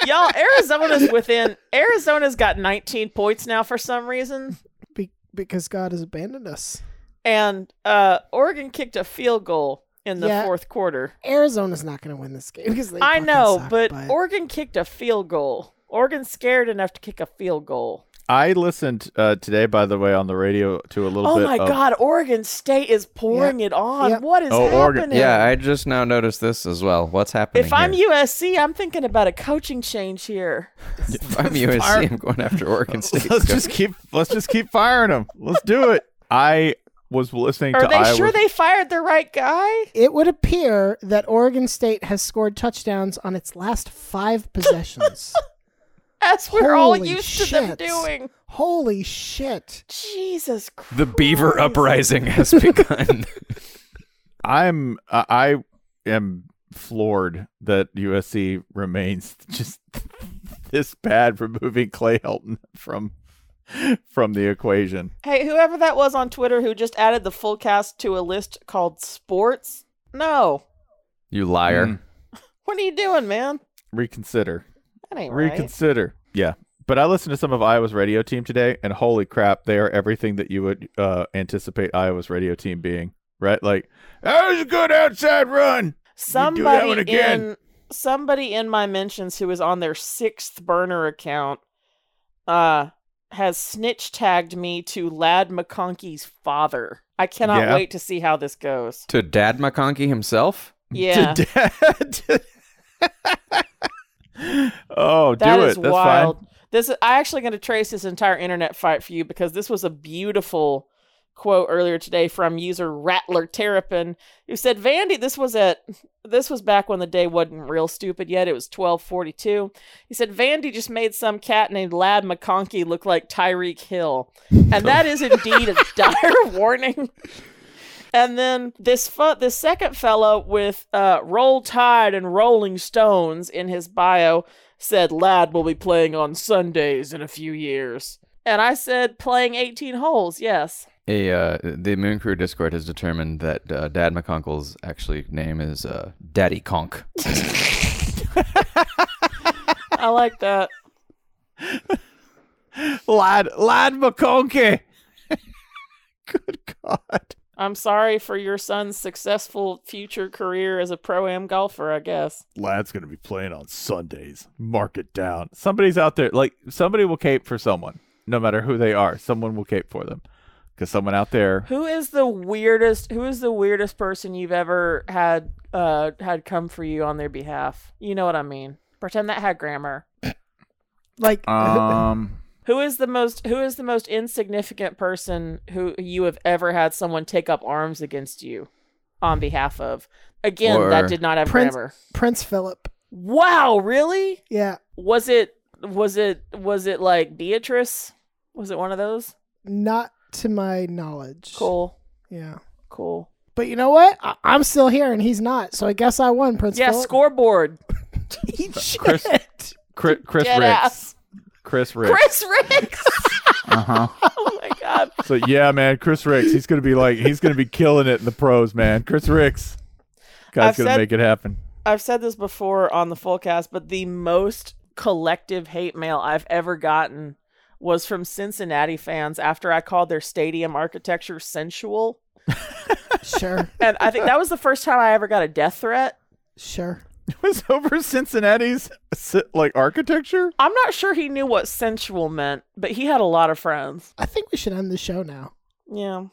C: Y'all, Arizona's within. Arizona's got 19 points now for some reason,
B: Be- because God has abandoned us.
C: and uh, Oregon kicked a field goal in the
B: Yeah.
C: fourth quarter.
B: Arizona's not going to win this game because they
C: I
B: fucking
C: know,
B: suck,
C: but, Oregon kicked a field goal. Oregon's scared enough to kick a field goal.
A: I listened uh, today, by the way, on the radio to a little
C: Oh
A: bit.
C: my
A: of-
C: God, Oregon State is pouring it on.
B: Yep.
C: What is
A: Oh,
C: happening?
A: Oregon-
D: Yeah, I just now noticed this as well. What's happening?
C: if I'm
D: here?
C: USC, I'm thinking about a coaching change here.
D: if I'm USC, I'm going after Oregon State.
A: Let's just keep. Let's just keep firing them. Let's do it. I was listening
C: Are
A: to.
C: they
A: Iowa-
C: sure they fired the right guy?
B: it would appear that Oregon State has scored touchdowns on its last 5 possessions.
C: As we're all
B: Holy
C: used to them
B: shit.
C: doing.
B: Holy shit.
C: Jesus Christ.
D: the Beaver uprising has begun.
A: I'm. I I am floored that USC remains just this bad, removing Clay Helton from from the equation.
C: Hey, whoever that was on Twitter who just added the full cast to a list called sports? No.
D: you liar.
A: Mm.
C: What are you doing, man?
A: Reconsider.
C: That ain't right.
A: Reconsider. Yeah. But I listened to some of Iowa's radio team today, and holy crap, they are everything that you would uh, anticipate Iowa's radio team being. Right? Like, that was a good outside run. that
C: Somebody
A: one again.
C: in somebody in my mentions who is on their sixth burner account uh has snitch tagged me to Lad McConkey's father. I cannot
A: Yeah.
C: wait to see how this goes.
D: To Dad McConkey himself?
C: Yeah.
A: To dad. oh,
C: That
A: do
C: is
A: it. That's
C: wild.
A: fine.
C: This is, I actually going to trace this entire internet fight for you because this was a beautiful quote earlier today from user Rattler Terrapin who said, "Vandy, this was at this was back when the day wasn't real stupid yet. It was 12:42." He said, "Vandy just made some cat named Lad McConkey look like Tyreek Hill." And that is indeed a dire warning. And then this fu- this second fella with uh, Roll Tide and Rolling Stones in his bio said Lad will be playing on Sundays in a few years. And I said playing 18 holes, yes.
D: A, uh, the Moon Crew Discord has determined that uh, Dad McConkle's actually name is uh, Daddy Conk.
C: I like that.
A: Lad, Lad McConkey. good God.
C: I'm sorry for your son's successful future career as a pro am golfer, I guess.
A: Lad's going to be playing on Sundays. Mark it down. Somebody's out there. Like, somebody will cape for someone, no matter who they are. Someone will cape for them. Because someone out there
C: Who is the weirdest who is the weirdest person you've ever had uh had come for you on their behalf? You know what I mean. Pretend that had grammar.
B: Like,
A: Um,
C: Who is the most who is the most insignificant person who you have ever had someone take up arms against you on behalf of? Again,
D: Or-
C: that did not happen
B: Prince-
C: ever.
B: Prince Philip.
C: Wow, really?
B: Yeah.
C: Was it was it was it like Beatrice? Was it one of those?
B: Not to my knowledge.
C: Cool.
B: Yeah.
C: Cool.
B: But you know what? I- I'm still here and he's not. So I guess I won, Prince
C: yeah,
B: Philip.
C: scoreboard.
B: Eat shit.
A: Chris- Chris, Chris
C: Dead
A: Ricks.
C: ass.
A: Chris Ricks.
C: Chris Ricks.
A: Uh huh.
C: oh my god.
A: So yeah, man, Chris Ricks. He's gonna be like he's gonna be killing it in the pros, man. Chris Ricks. Guy's
C: I've
A: gonna
C: said-
A: make it happen.
C: I've said this before on the full cast, but the most collective hate mail I've ever gotten was from Cincinnati fans after I called their stadium architecture sensual.
B: Sure.
C: And I think that was the first time I ever got a death threat.
B: Sure.
A: It was over Cincinnati's ci- like architecture.
C: I'm not sure he knew what sensual meant, but he had a lot of friends.
B: I think we should end the show now.
C: Yeah.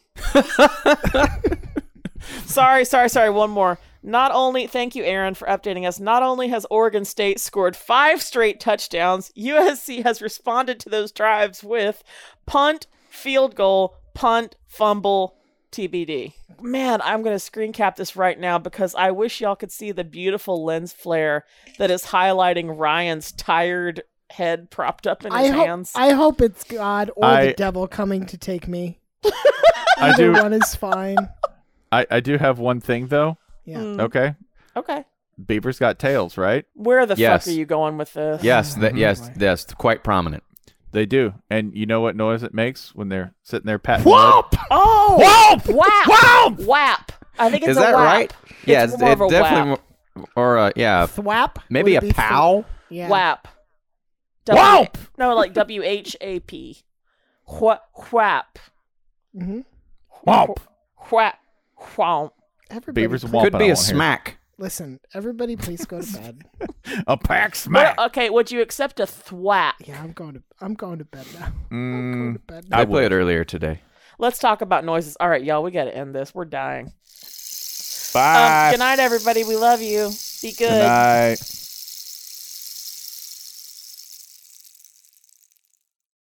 C: sorry, sorry, sorry. One more. Not only, thank you, Aaron, for updating us. Not only has Oregon State scored five straight touchdowns, USC has responded to those drives with punt, field goal, punt, fumble, TBD. Man, I'm going to screen cap this right now because I wish y'all could see the beautiful lens flare that is highlighting Ryan's tired head propped up in
B: I
C: his
B: hope,
C: hands.
B: I hope it's God or
A: I-
B: the devil coming to take me.
A: I do.
B: Either one is fine.
A: I, I do have one thing though.
B: Yeah.
C: Mm,
A: Okay,
C: okay.
A: Beavers got tails, right?
C: Where the
D: Yes.
C: fuck are you going with this?
D: Yes, that,
B: Mhm.
D: yes, yes, quite prominent.
A: They do. And you know what noise it makes when they're sitting there patting.
B: Whoop!
C: Oh,
A: Whoop!
C: wap,
A: Whoop!
C: wap. I think it's
D: Is
C: a
D: that
C: wap.
D: right? Yeah, it's,
C: more
D: it
C: of a
D: definitely more- or uh, yeah,
B: Thwap?
D: maybe a
B: Would it be
D: pow.
B: thw- yeah.
C: Wap. W-
A: Whoop!
C: No, like W H A P. Wha- Whap.
B: hmm
A: Whoop!
C: Whap. Whomp.
B: Everybody,
A: Beavers
B: please-
A: whomping.
D: Could
A: I want
D: be
A: here.
D: a smack.
B: Listen, everybody, please go to bed.
A: A pack smack.
C: What- Okay, would you accept a thwap?
B: yeah, I'm going to. I'm going to bed now. I'm
A: Mm,
B: going to bed now.
A: I
D: I played earlier today.
C: Let's talk about noises. All right, y'all, we got to end this. We're dying.
A: bye.
C: Um, good night, everybody. We love you. Be good.
A: Good night.